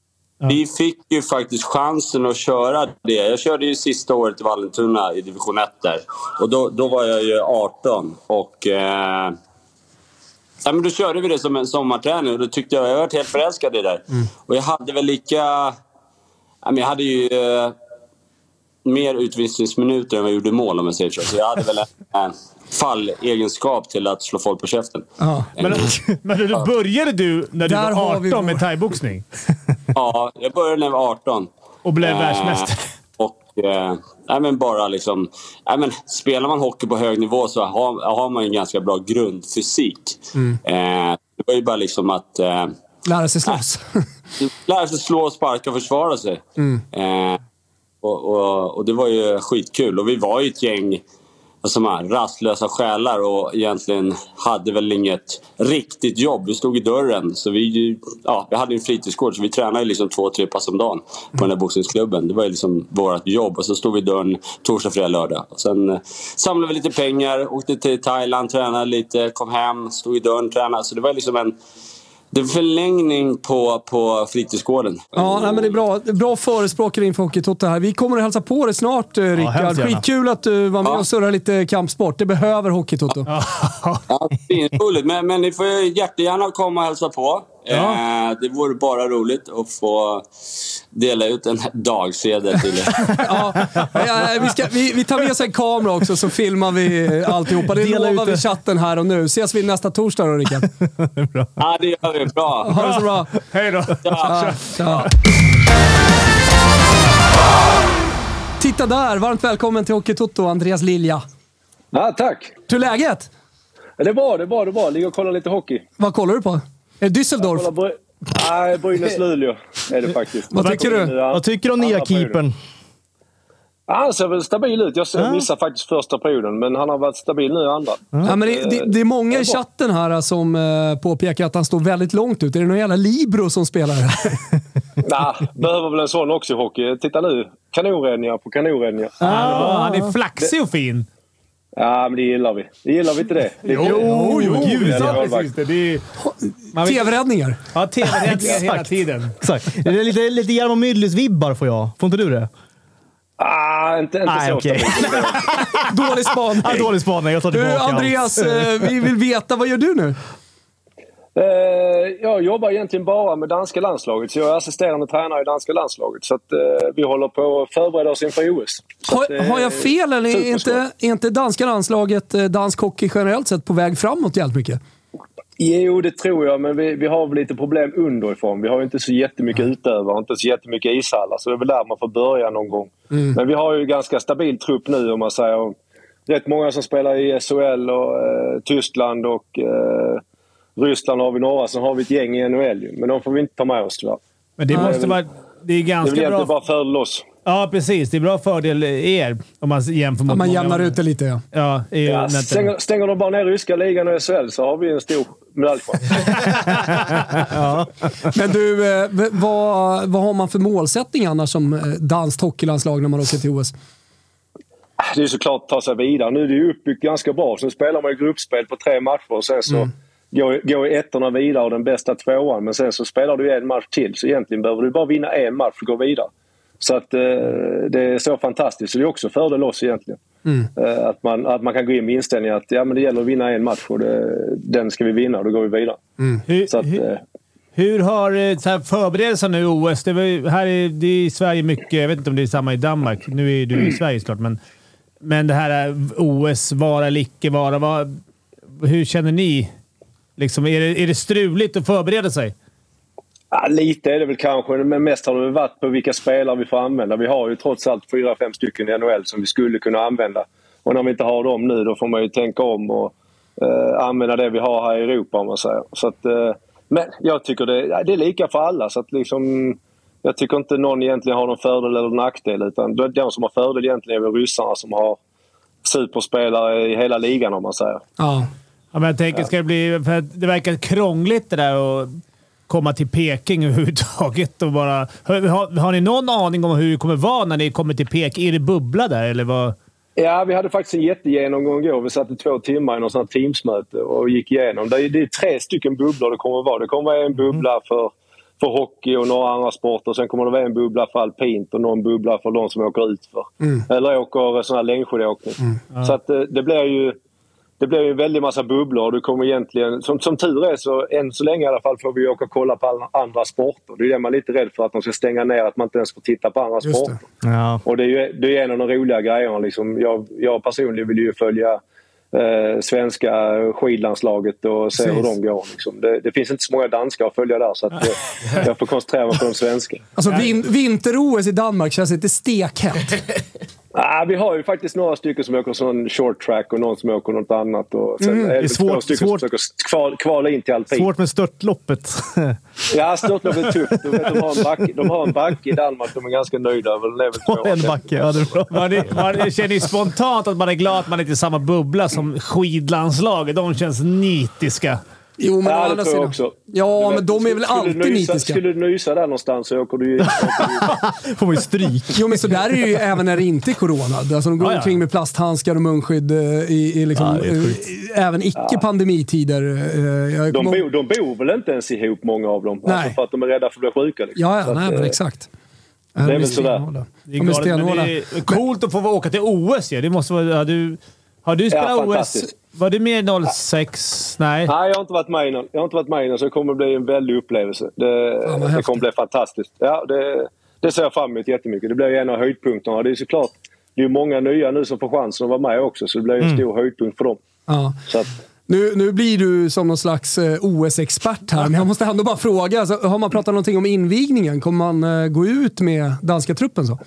Äh, vi, vi fick ju faktiskt chansen att köra det. Jag körde ju sista året i Vallentuna i division 1 där. Och då, då var jag ju 18 och... Eh, ja, men då körde vi det som en sommarträning och då tyckte jag jag varit helt förälskad i det där. Och jag hade väl lika... ja, men jag hade ju eh, mer utvisningsminuter än vad jag gjorde mål om jag säger så. Så jag hade väl en, en fallegenskap till att slå folk på käften. Ja. men, men då började du när du Där har var vi 18 vår- med thaiboxning Ja, jag började när jag var 18. och blev Eh, världsmästare. Och, eh, nej, men bara liksom, nej, men spelar man hockey på hög nivå så har, har man ju en ganska bra grundfysik. Eh, det var ju bara liksom att eh, Lära sig slåss. lära sig slå, sparka och försvara sig. Eh, och, och, och det var ju skitkul. Och vi var ju ett gäng alltså, de här rastlösa själar och egentligen hade väl inget riktigt jobb. Vi stod i dörren. Så vi, ju- ja, vi hade ju en fritidsgård så vi tränade ju liksom två, tre pass om dagen på den där boxningsklubben. Det var ju liksom vårt jobb. Och så stod vi i dörren Mm. torsdag, fredag, lördag. Och sen eh, samlade vi lite pengar, åkte till Thailand, tränade lite, kom hem, stod i dörren, tränade. Så det var liksom en det är förlängning på, på fritidsgården. Ja, nej, men det är bra. Det är Bra förespråkare inför Hockeytotte här. Vi kommer att hälsa på dig snart, eh, Rickard. hemskt gärna. Skitkul att du var med och surrade lite kampsport. Det behöver Hockeytoto. Ja, Svinroligt. Men, men ni får ju jättegärna komma och hälsa på. Eh, det vore bara roligt att få dela ut en dagsedel till er. Ja, ja, vi, ska, vi, vi tar med oss en kamera också så filmar vi eh, alltihopa. Det Dela ut lovar vi det. chatten här och nu. Ses vi nästa torsdag då, Rickard. ja, det gör vi. Bra. Ha det så bra. Hej då! Ja, ja. Titta där! Varmt välkommen till Hockeytoto, Andreas Lilja. Ja, tack! Hur är läget? Det är bra, det är bra, det är bra. Ligger och kollar lite hockey. Vad kollar du på? Är det Eh, Düsseldorf? Eh, Kollar Bry- Nej, Brynäs-Luleå är det faktiskt. Vad tycker du? Vad tycker du om nya Andra perioden. keepern? Ja, Han ser väl stabil ut. Jag ser- missade faktiskt första perioden, men han har varit stabil nu i andra. Ja, men det, det, det är många i chatten här eh, som eh, påpekar att han står väldigt långt ut. Är det någon jävla Libro som spelar? Nej, behöver väl en sån också i hockey. Titta nu. Kanonräddningar på kanonräddningar. Ja, Ah, han är flaxig och fin. Ja, men det gillar vi. Det gillar vi inte det? det jo, gud! det är Ja, målvakt. precis det. det är, man vet- TV-räddningar. ja, tv-räddningar hela Exakt. tiden. Exakt. Det är lite, lite Jarmo Myllys-vibbar får jag. Får inte du det? Ah, inte, inte Nej, så okej. stabil. Dålig spaning. Ah, dålig spaning. Jag tar Du, tillbaka allt. Andreas, eh, vi vill veta. Vad gör du nu? Eh, Jag jobbar egentligen bara med danska landslaget, så jag är assisterande tränare i danska landslaget. Så att, eh, vi håller på att förbereda oss inför OS. Så att, Har, eh, har jag fel eller är superskoj. inte, är inte danska landslaget, eh, dansk hockey generellt sett, på väg framåt jävligt mycket? Jo, det tror jag, men vi, vi har väl lite problem underifrån. Vi har ju inte så jättemycket utövare och inte så jättemycket ishallar, så det är väl där man får börja någon gång. Mm. Men vi har ju ganska stabil trupp nu, om man säger. Och Rätt många som spelar i SHL, och, eh, Tyskland och eh, Ryssland har vi några. Sen har vi ett gäng i NHL, ju, men de får vi inte ta med oss tyvärr. Men det måste vara... Det Det är är väl ganska egentligen bra. bara fördel oss. Ja, precis. Det är bra fördel eh, er om man jämför mot Att man många jämnar andra. ut det lite, ja. Ja, i Ja, nätet. stänger, stänger de bara ner ryska ligan och SHL så har vi en stor medaljchans. Men du, eh, v- vad, vad har man för målsättning annars som eh, danskt hockeylandslag när man åker till OS? Det är ju såklart att ta sig vidare. Nu är det ju uppbyggt ganska bra. Sen spelar man ju gruppspel på tre matcher och sen så Mm. går, går ju ettorna vidare och den bästa tvåan. Men sen så spelar du ju en match till. Så egentligen behöver du bara vinna en match för att gå vidare. Så att eh, det är så fantastiskt. Så det är också en fördel oss egentligen. Mm. Eh, att, man, att man kan gå in med inställningen att ja, men det gäller att vinna en match och det, den ska vi vinna och då går vi vidare. Så att, Mm. Hur, hur, eh, hur har eh, så här, förberedelserna nu i OS? Det, var, ju- här är, det är i Sverige mycket. Jag vet inte om det är samma i Danmark. Nu är ju du i Sverige såklart, men, men det här eh, OS, vara eller icke vara. Vad, hur känner ni? Liksom, är, det, är det struligt att förbereda sig? Ja, lite är det väl kanske, men mest har det väl varit på vilka spelare vi får använda. Vi har ju trots allt fyra, fem stycken i NHL som vi skulle kunna använda. Och när vi inte har dem nu, då får man ju tänka om och eh, använda det vi har här i Europa, om man säger. Så att, eh, men jag tycker det, ja, det är lika för alla. Så att liksom, jag tycker inte någon egentligen har någon fördel eller nackdel. Utan de- de som har fördel egentligen är väl ryssarna som har superspelare i hela ligan, om man säger. Ja. Ja, men jag tänker, ska det, bli, för att det verkar krångligt det där att komma till Peking överhuvudtaget. Och bara, har, har- har ni någon aning om hur det kommer vara när ni kommer till Peking? Är det bubbla där, eller vad? Ja, vi hade faktiskt en jättegenomgång igår. Vi satt i två timmar i något sånt här Mm. Teamsmöte och gick igenom. Det är, det är tre stycken bubblor det kommer att vara. Det kommer att vara en bubbla för, för hockey och några andra sporter. Sen kommer det vara en bubbla för alpint och någon bubbla för de som åker utför. Mm. Eller åker sån här längdskidåkning. Mm. Ja. Så att eh, det blir ju det blir ju en väldig massa bubblor. och Du kommer egentligen, som, som tur är, så än så länge i alla fall, får vi åka och kolla på alla andra sporter. Det är det man är lite rädd för, att de ska stänga ner, att man inte ens får titta på andra Just sporter. Ja. Och det är ju det är en av de roliga grejerna. Liksom. Jag, jag personligen vill ju följa eh, svenska skidlandslaget och se Precis. hur de går. Liksom. Det, det finns inte så många danskar att följa där, så att, eh, jag får koncentrera mig på de svenska. Alltså vin- vinter-OS i Danmark känns inte stekhett. Ah, vi har ju faktiskt några stycken som åker sån short track och någon som åker något annat. Och sen Mm. är Det är det svårt- två stycken svårt- som försöker kval, kvala in till alpin. Svårt med störtloppet. Ja, störtlopp är tufft. De, vet, de, har en backe, de har en backe i Danmark de är ganska nöjda över. Den är väl två- en backe, ja det är bra. Man, är, man känner ju spontant att man är glad att man inte är i samma bubbla som skidlandslaget. De känns nitiska. Jo, ja, det tror jag också. Du vet, skulle- skulle du nysa, Skulle du nysa där någonstans så åker du ju... Får man ju stryk. Jo, men så där är det ju även när det inte är corona. Alltså, de går Ja, ja. omkring med plasthandskar och munskydd eh, i, i liksom, Ja, det är sjukt. eh, även icke-pandemitider. eh, jag De kommer ihåg- bor, de bor väl inte ens ihop, många av dem? Nej. Alltså för att de är rädda för att bli sjuka. Liksom. Ja, Så ja att, nej, men eh, exakt. Det är väl sådär. Det är, De är galet, men stenhårda. det är coolt att få åka till OS ju. Det måste vara... Har du, har du spelat OS? fantastiskt. Var du med i 06? Nej. Nej, jag har inte varit med innan. Jag har inte varit med innan, så det kommer bli en väldig upplevelse. Det, det kommer bli fantastiskt. Ja, det, det ser jag fram emot jättemycket. Det blir ju en av höjdpunkterna. Det är såklart, det är ju många nya nu som får chansen att vara med också, så det blir ju en Mm. stor höjdpunkt för dem. Ja. Så att, Nu, nu blir du som någon slags eh, OS-expert här, men jag måste ändå bara fråga. Alltså, har man pratat någonting om invigningen? Kommer man eh, gå ut med danska truppen så?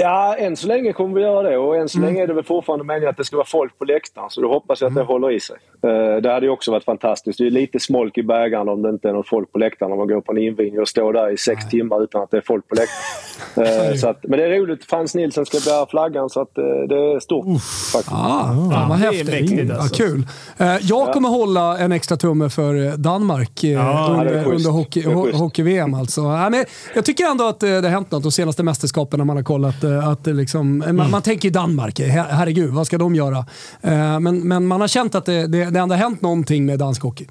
ja, än så länge kommer vi göra det och än Mm. så länge är det väl fortfarande meningen att det ska vara folk på läktaren, så då hoppas jag att det håller i sig. Eh, Det hade ju också varit fantastiskt. Det är lite smolk i bägaren om det inte är något folk på läktaren. Om man går på en invigning och står där i sex timmar utan att det är folk på läktaren. Eh, så att, men det är roligt. Frans Nilsson ska bära flaggan, så att eh, det är stort faktiskt. Ah, fan, vad häftigt. alltså. ja, kul. Eh, jag kommer hålla en extra tumme för eh, Danmark eh, Ja, det är under, schysst. under hockey, Det är ho- schysst. hockey-VM. Alltså. Ja, men jag tycker ändå att eh, det har hänt något de senaste mästerskapen när man har kollat. eh, Att det liksom, eh, Mm. man, man tänker ju Danmark, eh, her herregud, vad ska de göra? Eh, men, men man har känt att det, det, det ändå har hänt någonting med dansk hockey.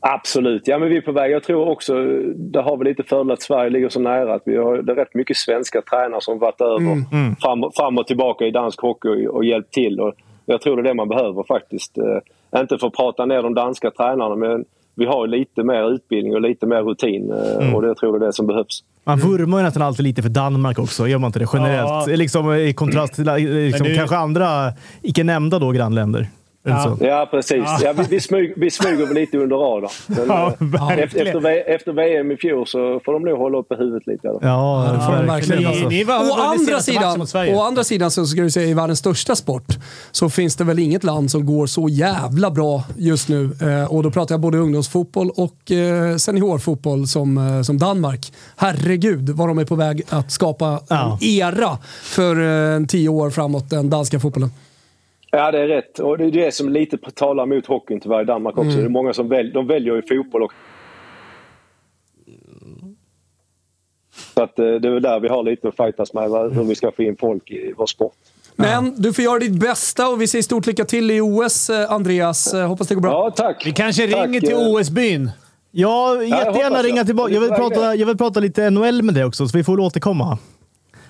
Absolut. Ja, men vi är på väg. Jag tror också, det har vi lite fördel att Sverige ligger så nära. Att vi har, det är rätt mycket svenska tränare som varit över Mm, mm. Fram, och- fram och tillbaka i dansk hockey och, och hjälpt till. Och jag tror det är det man behöver faktiskt. Eh, inte för att prata ner de danska tränarna, men vi har ju lite mer utbildning och lite mer rutin. Eh, Mm. Och det jag tror det är det som behövs. Man vurmar ju nästan alltid lite för Danmark också, gör man inte det? Generellt. Mm. Ja. Liksom, I kontrast till eh, liksom, Men det- kanske andra icke nämnda då, grannländer. Eller så. Ja, precis. Ja, vi, vi, smyg, vi smyger väl lite under radarn. Men, Ja, eh, efter, verkligen. efter, V- efter VM i fjol så får de nog hålla uppe huvudet lite. i alla fall. Ja, det får de verkligen. Alltså. å, andra sidan, å andra sidan så ska du säga i världens största sport så finns det väl inget land som går så jävla bra just nu. Eh, och då pratar jag både ungdomsfotboll och eh, seniorfotboll som, eh, som Danmark. Herregud vad de är på väg att skapa en era för eh, en tio år framåt, den danska fotbollen. Ja, det är rätt. Och det är det som lite talar mot hockeyn tyvärr i Danmark också. Mm. Det är många som väl, de väljer ju fotboll och... Så att, eh, det är väl där vi har lite att fightas med, va, hur vi ska få in folk i vår sport. Men du får göra ditt bästa och vi säger stort lycka till i OS, eh, Andreas. Eh, Hoppas det går bra. Ja, tack. Vi kanske Tack, ringer till eh. OS-byn. Ja, jättegärna hoppas ringa jag. tillbaka. Det är Jag vill, på väg prata, jag vill prata lite NHL med dig också, så vi får väl återkomma.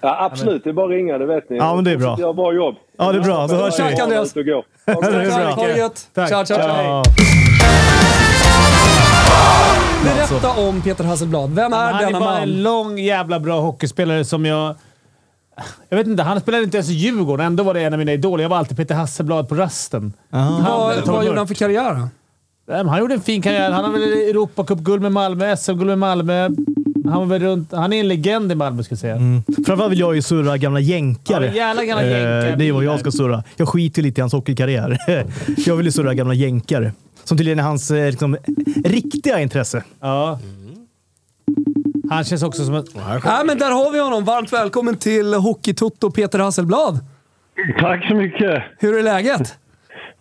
Ja, absolut, det är bara att ringa, det vet ni. Ja, men det är bra. Jag bra jobb. Ja, det är bra. Då hörs vi. Tack, Andreas. Ut och gå. det är bra. Ha det gött. Tack. Ciao, ciao, ciao. Ja. Berätta om Peter Hasselblad. Vem är alltså- Han denna är bara man? en lång jävla bra hockeyspelare som jag... Jag vet inte, han spelade inte ens i Djurgården. Ändå var det en av mina idoler. Jag var alltid Peter Hasselblad på rasten. Vad, vad gjorde han för karriär då? Nej, men Han gjorde en fin karriär. Han har väl Europacup-guld med Malmö, SM-guld med Malmö. Han, var väl runt, han är en legend i Malmö, ska jag säga. Mm. Framförallt vill jag ju surra gamla jänkare. Ja, jävla gamla Eh, jänkare. Det är vad jag ska surra. Jag skiter ju lite i hans hockeykarriär. jag vill ju surra gamla jänkare. Som tydligen är hans eh, liksom, riktiga intresse. Ja. Han känns också som en... Nej, men där har vi honom. Varmt välkommen till Hockeytoto Peter Hasselblad. Tack så mycket. Hur är läget?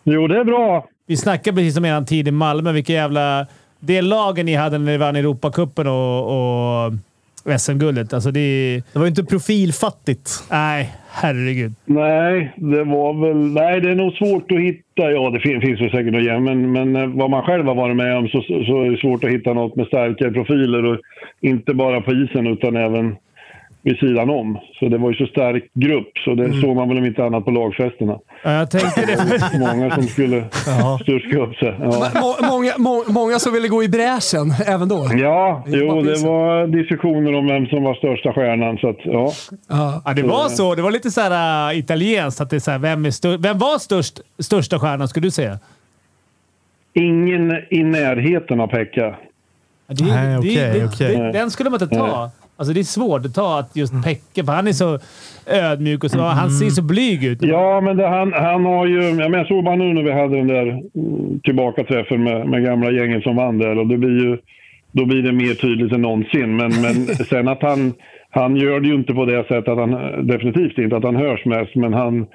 Jo, det är bra. Vi snackade precis om eran tid i Malmö. Vilka jävla... Det lagen ni hade när ni vann Europacupen och, och SM-guldet. Alltså det... det var ju inte profilfattigt. Nej, herregud. Nej, det var väl... Nej, det är nog svårt att hitta. Ja, det fin- finns väl säkert att göra, men, men eh, vad man själv har varit med om så, så så är det svårt att hitta något med starkare profiler. Och inte bara på isen, utan även vid sidan om. Så det var ju så stark grupp, så Mm. det såg man väl om inte annat på lagfesterna. Ja, jag tänkte det. Många som skulle styrka upp sig. Ja. Må, många, må, många som ville gå i bräschen även då. Ja, jo, det var diskussioner om vem som var största stjärnan, så att ja. Ja, det var så. Det var lite så här äh, italienskt. Att det är så här, vem, är stör- vem var störst, största stjärnan, skulle du säga? Ingen i närheten av Pekka. Det, det- det, Det, den skulle man inte ta. Alltså det är svårt att ta att just Pekka, för han är så ödmjuk och så. Han ser så blyg ut. Ja, men det, han, han har ju... Jag, men jag såg bara nu när vi hade den där mm, tillbakaträffen med, med gamla gänget som vann där. Och det blir ju, då blir det mer tydligt än någonsin. Men, men sen att han... Han gör det ju inte på det sättet att han... Definitivt inte att han hörs mest, men han...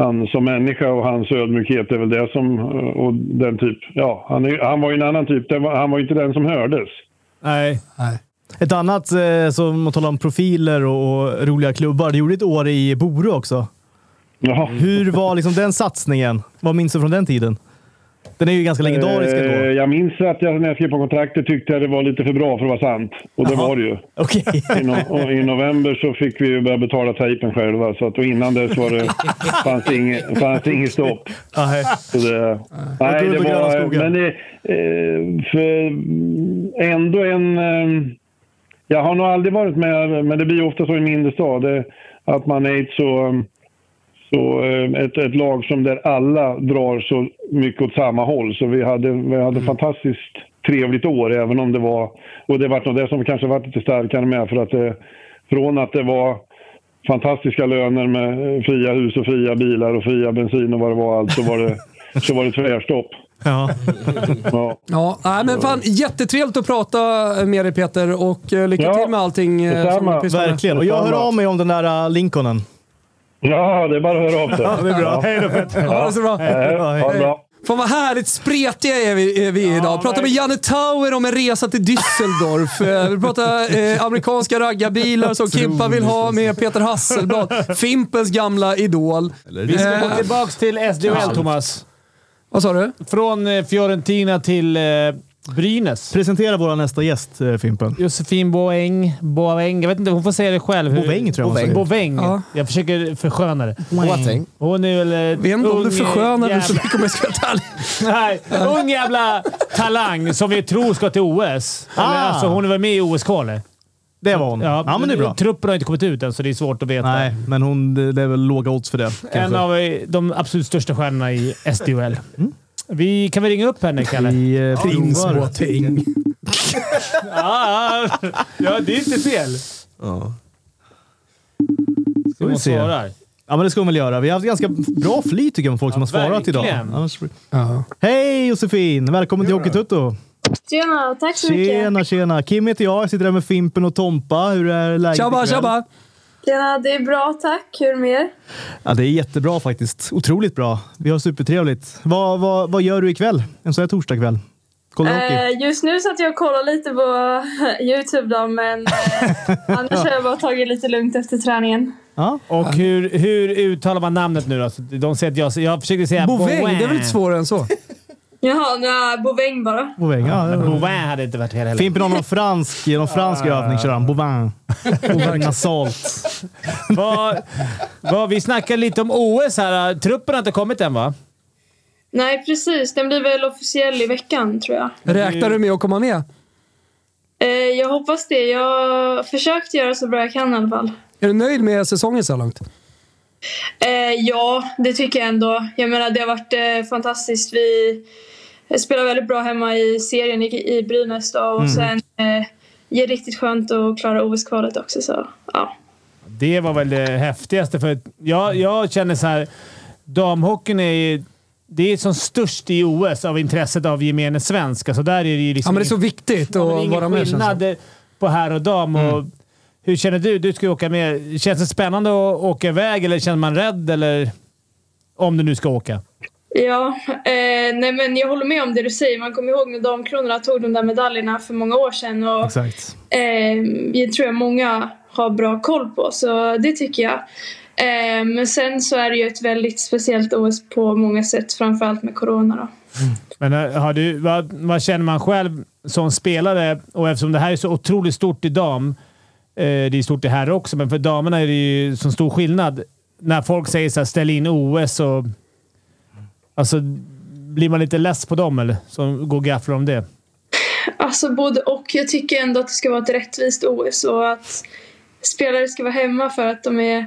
Han som människa och hans ödmjukhet är väl det som... Och den typ... Ja, han, är, han var ju en annan typ. Den var, han var ju inte den som hördes. Nej. Ett annat, eh, som man talar om profiler och, och roliga klubbar, du gjorde ett år i Boro också. Hur var liksom den satsningen? Vad minns du från den tiden? Den är ju ganska legendarisk Eh, ändå. Jag minns att jag, när jag skrev på kontraktet tyckte jag det var lite för bra för att vara sant. Och det var det ju. I, no- och I november så fick vi ju börja betala tejpen själva. Så att, och innan dess var det, fanns inget fanns inget stopp. Så det, nej, guld det och gröna var... skogar. Men det, eh, för, ändå en... Eh, jag har nog aldrig varit med, men det blir ofta så i en mindre stad, det, att man är ett så... eh, Så eh, ett, ett lag som där alla drar så mycket åt samma håll. Så vi hade, vi hade ett fantastiskt trevligt år, även om det var... Och det var nog det som kanske var lite starkare med, för att det, från att det var fantastiska löner med eh, fria hus och fria bilar och fria bensin och vad det var allt, så var det, så var det tvärstopp. Ja. Ja. Ja, nej, men fan, jättetrevligt att prata med dig Peter och eh, lycka till med allting. eh, som du pysslar med. Verkligen. Och jag hör av mig om den där eh, Lincolnen. Ja, det är bara att höra av sig. Ja, det är bra. Hej då Petter. Ja, det är så bra. Hej. Ha det bra. Fan vad härligt spretiga är vi, är vi idag. Pratar med Janne Tauer om en resa till Düsseldorf. Eh, Vi pratar eh, amerikanska raggarbilar som Kimpa vill ha med Peter Hasselblad. Fimpens gamla idol. Vi ska gå tillbaka till SDHL, Allt. Thomas. Vad sa du? Från eh, Fiorentina till eh, Brynäs. Presentera vår nästa gäst, eh, Fimpen. Josefin Boeng. Boeng. Jag vet inte, hon får säga det själv. hur- Boeng, tror jag hon säger. Boeng. Ja. Jag försöker försköna det. Boeng. Hon är väl... eh, Vet inte om du ung, förskönar det så jävla- mycket om jag ska vara ärlig. Nej, ung jävla talang som vi tror ska till OS. Ah. Eller, alltså, hon var med i OS-kvalet. Det var hon. Ja, men det är bra. Truppen har inte kommit ut än, så det är svårt att veta. Nej, men hon, det det är väl låga odds för det. En kanske. av eh, de absolut största stjärnorna i SDHL. Vi, kan vi ringa upp henne, Kalle? Vi Mm. eh, provar. ja, ja. ja, det är inte fel. Ja. Ska hon vi se. svarar? Ja, men det ska hon väl göra. Vi har haft ganska bra flyt tycker jag med folk som har svarat idag. verkligen. Annars... Hej Josefin! Välkommen till Hockeytutto! Tjena, tack så mycket. Tjena, tjena! Kim heter jag. Jag sitter här med Fimpen och Tompa. Hur är läget Tjabba, ikväll? tjabba. Tjena, det är bra tack. Hur med er? Ja, det är jättebra faktiskt. Otroligt bra. Vi har supertrevligt. Vad, vad, vad gör du ikväll? En sån här torsdagkväll? Kollar du hockey? Eh, just nu satt jag och kollade lite på Youtube då, men eh, annars har jag bara tagit lite lugnt efter träningen. Och hur, hur uttalar man namnet nu då? Så De säger att jag, jag försökte säga Boväng, det är väl inte svårare än så? Jaha, nej, Boväng bara. Boväng, ja. Men Bouvin hade inte varit fel heller. Fimpen har någon fransk, någon fransk övning kör han. Bovin. Nasalt. vad, vad, vi snackade lite om OS här. Truppen har inte kommit än va? Nej, precis. Den blir väl officiell i veckan, tror jag. Räknar du med att komma med? Eh, jag hoppas det. Jag försökte göra så bra jag kan i alla fall. Är du nöjd med säsongen så här långt? Eh, ja, det tycker jag ändå. Jag menar, det har varit eh, fantastiskt. Vi spelar väldigt bra hemma i serien i, i Brynäs då, och Mm. sen eh, det är riktigt skönt att klara OS-kvalet också. Så, ja. Det var väl det häftigaste. För jag, jag känner så här. Damhockeyn är ju... Det är som störst i OS av intresset av gemene svensk. Alltså där är det ju liksom Ja, men det är så viktigt Ja, men det är att ingen vara med. känns det som. Mm. skillnad på här och dam. Och hur känner du? Du ska ju åka med. Känns det spännande att åka iväg eller känner man rädd? Eller om du nu ska åka? Ja, eh, nej men jag håller med om det du säger. Man kommer ihåg när Damkronorna tog de där medaljerna för många år sedan. Och, Exakt. eh, jag tror jag många har bra koll på, så det tycker jag. Eh, men sen så är det ju ett väldigt speciellt OS på många sätt, framförallt med corona. Då. Men eh, har du, vad, vad känner man själv som spelare? Och eftersom det här är så otroligt stort i dam, eh, det är stort i herr också, men för damerna är det ju så stor skillnad. När folk säger så här, ställ in OS och... Alltså, blir man lite less på dem eller? Som går gafflar om det. Alltså både och. Jag tycker ändå att det ska vara ett rättvist OS och att spelare ska vara hemma för att de är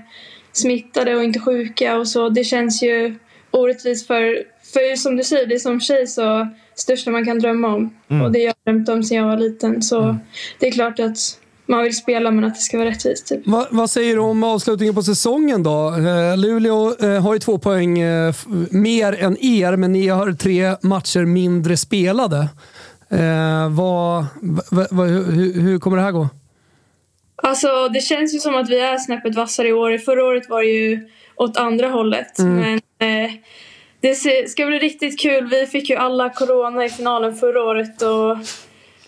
smittade och inte sjuka och så. Det känns ju orättvist för, för som du säger, det är som tjej så största man kan drömma om. Mm. Och det har jag drömt om sedan jag var liten. Så det är klart att man vill spela men att det ska vara rättvist. Typ. Va, vad säger du om avslutningen på säsongen då? Eh, Luleå eh, har ju två poäng eh, f- mer än er, men ni har tre matcher mindre spelade. Eh, vad, va, va, hur, hur kommer det här gå? Alltså det känns ju som att vi är snäppet vassare i år. Förra året var det ju åt andra hållet. Mm. Men eh, det se- ska bli riktigt kul. Vi fick ju alla corona i finalen förra året och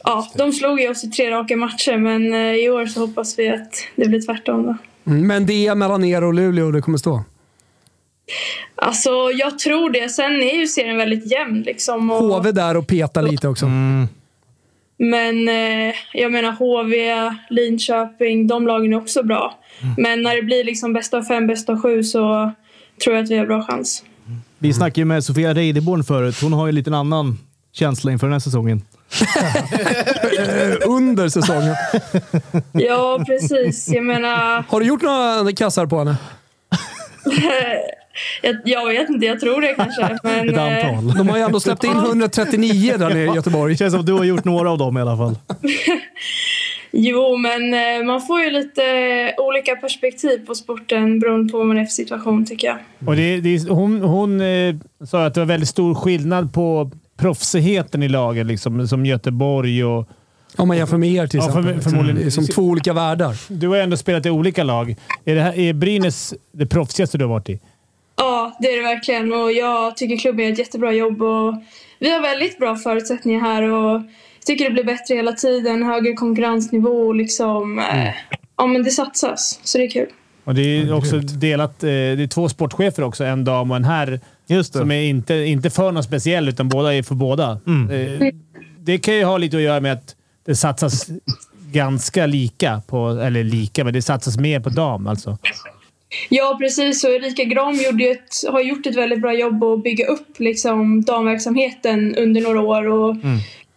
ja, de slog ju oss i tre raka matcher. Men eh, i år så hoppas vi att det blir tvärtom då. Mm, Men det är mellan er och Luleå det kommer stå. Alltså jag tror det. Sen är ju serien väldigt jämn liksom. Och, HV där och peta lite också. Men eh, jag menar HV, Linköping, de lagen är också bra. Men när det blir liksom bästa av fem, bästa av sju så tror jag att vi har bra chans. Vi snackade ju med Sofia Reideborn förut. Hon har ju en liten annan känsla inför den här säsongen. Eh, Under säsongen. Ja, precis. Jag menar... Har du gjort några kassar på henne? jag, jag vet inte, jag tror det kanske. Men, eh, De har ju ändå släppt in 139 där nere i Göteborg. Känns som att du har gjort några av dem i alla fall. Jo, men eh, man får ju lite olika perspektiv på sporten beroende på vad man är för situation tycker jag. Och det, det, är- hon hon eh, sa att det var väldigt stor skillnad på proffsigheten i lagen, liksom, som Göteborg och... Om man jämför med er till exempel. Det är som två olika världar. Du har ju ändå spelat i olika lag. Är, det här, är Brynäs det proffsigaste du har varit i? Ja, det är det verkligen och jag tycker klubben gör ett jättebra jobb och vi har väldigt bra förutsättningar här och jag tycker det blir bättre hela tiden, högre konkurrensnivå och liksom, eh, ja men det satsas så det är kul. Och det är också delat. eh, Det är två sportchefer också, en dam och en herr. Som är inte, inte för någon speciell, utan båda är för båda. Eh, Det kan ju ha lite att göra med att det satsas ganska lika på... Eller lika, men det satsas mer på dam alltså. Ja, precis. Och Erika Gram gjorde ju ett, har gjort ett väldigt bra jobb att bygga upp liksom, damverksamheten under några år. Och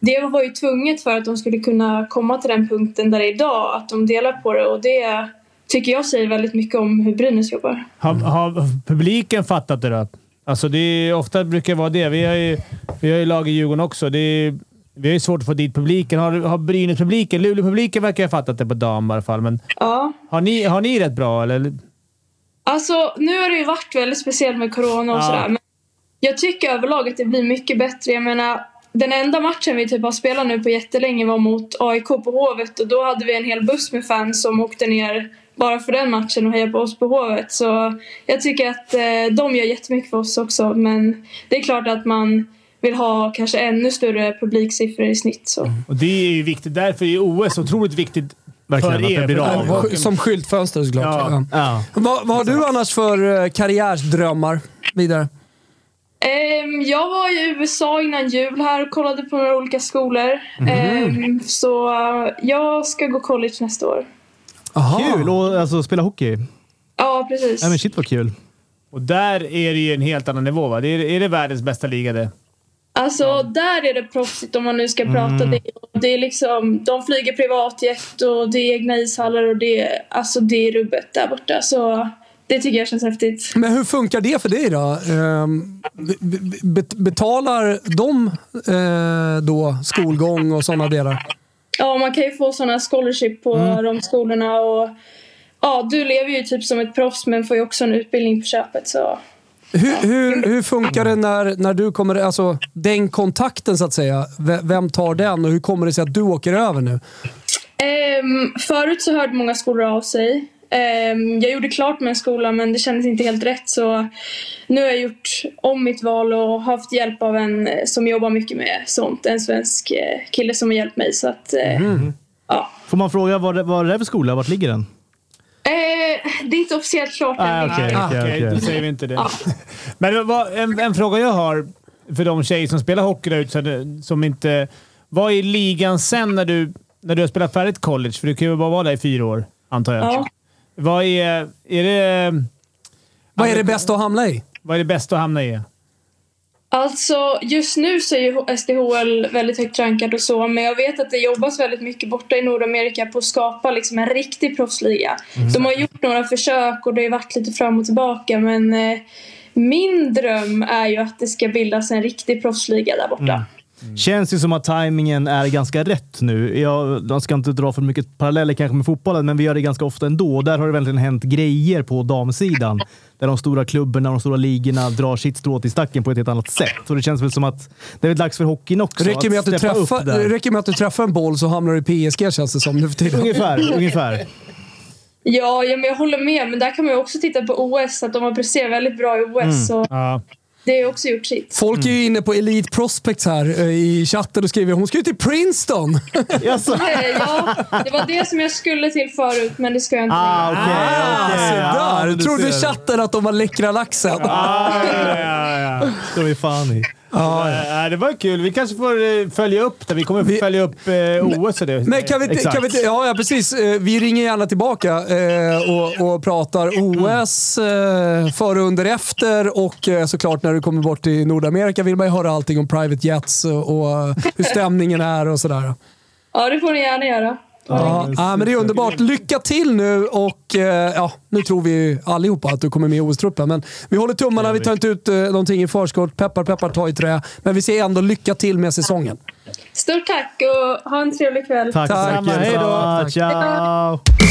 Det var ju tvunget för att de skulle kunna komma till den punkten där det är idag, att de delar på det. Och Det tycker jag säger väldigt mycket om hur Brynäs jobbar. Har, har publiken fattat det då? Alltså det är, ofta brukar det vara det. Vi har ju, vi har ju lag i Djurgården också. Det är, vi har ju svårt att få dit publiken. Har, har Brynäs-publiken, Luleå-publiken verkar ha fattat det på dam i alla fall. Men Ja. har, ni, har ni rätt bra, eller? Alltså, nu har det ju varit väldigt speciellt med corona och Ja. sådär. Men jag tycker överlag att det blir mycket bättre. Jag menar, den enda matchen vi typ har spelat nu på jättelänge var mot AIK på Hovet och då hade vi en hel buss med fans som åkte ner bara för den matchen och hejade på oss på Hovet. Så jag tycker att eh, de gör jättemycket för oss också. Men det är klart att man vill ha kanske ännu större publiksiffror i snitt. Så. Och det är ju viktigt. Därför är OS otroligt viktigt Verkligen, för att det er. blir för av. publiken. Som skyltfönster såklart. Ja. Vad, vad har du annars för eh, karriärsdrömmar vidare? Ehm, jag var i USA innan jul här och kollade på några olika skolor. Mhm. Ehm, så eh, jag ska gå college nästa år. Kul! Och alltså spela hockey. Mm. Ja, precis. Nej men shit vad kul. Och där är det ju en helt annan nivå, va? Det är, är det världens bästa liga det? Alltså, där är det proffsigt om man nu ska prata Mm. det. Och det är liksom, de flyger privatjet och det är egna ishallar och det, är- alltså, det är rubbet där borta. Så det tycker jag känns häftigt. Men hur funkar det för dig då? Ehm, be- be- bet- Betalar de eh, då skolgång och sådana delar? Ja, man kan ju få sådana scholarship på Mm. de skolorna. Och, ja, du lever ju typ som ett proffs men får ju också en utbildning på köpet. Så. Hur, hur, hur funkar det när, när du kommer, alltså den kontakten så att säga, ve- vem tar den och hur kommer det sig att du åker över nu? Ehm, förut så hörde många skolor av sig. Ehm, Jag gjorde klart med en skola men det kändes inte helt rätt så nu har jag gjort om mitt val och haft hjälp av en eh, som jobbar mycket med sånt. En svensk eh, kille som har hjälpt mig. Så att, eh, Mhm. Mm. Får man fråga vad det, vad det är för skola? Vart ligger den? eh, det är inte officiellt klart än. Ah, okej, Ah, okej, okej, okej. då säger vi inte det. Men vad, en, en fråga jag har för de tjejer som spelar hockey där ute, så det- som inte... Vad är ligan sen när du, när du har spelat färdigt college? För du kan ju bara vara där i fyra år, antar jag. Ja. Vad är... Är det... Vad är det bästa att hamna i? Vad är det bästa att hamna i? Alltså just nu så är ju SDHL väldigt högt rankad och så men jag vet att det jobbas väldigt mycket borta i Nordamerika på att skapa liksom en riktig proffsliga. Mm. De har gjort några försök och det har ju varit lite fram och tillbaka men eh, min dröm är ju att det ska bildas en riktig proffsliga där borta. Mm. Känns ju som att tajmingen är ganska rätt nu. Jag, jag ska inte dra för mycket paralleller kanske med fotbollen, men vi gör det ganska ofta ändå. Där har det verkligen hänt grejer på damsidan. Där de stora klubbarna och de stora ligorna drar sitt strå till stacken på ett helt annat sätt. Och det känns väl som att det är väl dags för hockeyn också. Räcker med, att du steppa upp träffar, där. räcker med att du träffar en boll så hamnar du i PSG känns det som nu för tiden. Mm. Ungefär, ungefär. Mm. Ja, ja men jag håller med men där kan man ju också titta på OS att de har presterat väldigt bra i OS så Mm. det har ju också gjort sitt. Folk är ju inne på Elite Prospects här eh, i chatten och skriver hon ska ju till Princeton. Nej, Eh, ja, det var det som jag skulle till förut men det ska jag inte ah, Ah, men du du trodde ser. chatten att de var läckra laxen. ja. Det var ju fan i. Ja, ja, det var kul. Vi kanske får eh, följa upp det. Vi kommer följa upp eh, OS och det. Men kan vi, inte- Exakt. kan vi, inte- ja, ja, precis. Eh, Vi ringer gärna tillbaka eh, och, och pratar OS, eh, före, under, efter och eh, såklart när du kommer bort till Nordamerika vill man ju höra allting om private jets och, och eh, hur stämningen är och sådär. Ja, det får ni gärna göra. Ja, ja, men det är underbart. Lycka till nu och eh, ja, nu tror vi ju allihopa att du kommer med i OS-truppen. Men vi håller tummarna, vi tar inte ut eh, någonting i förskott. Peppar, peppar, ta i trä. Men vi säger ändå lycka till med säsongen. Stort tack och ha en trevlig kväll. Tack Tack, detsamma. Hej då. Tack. Ciao!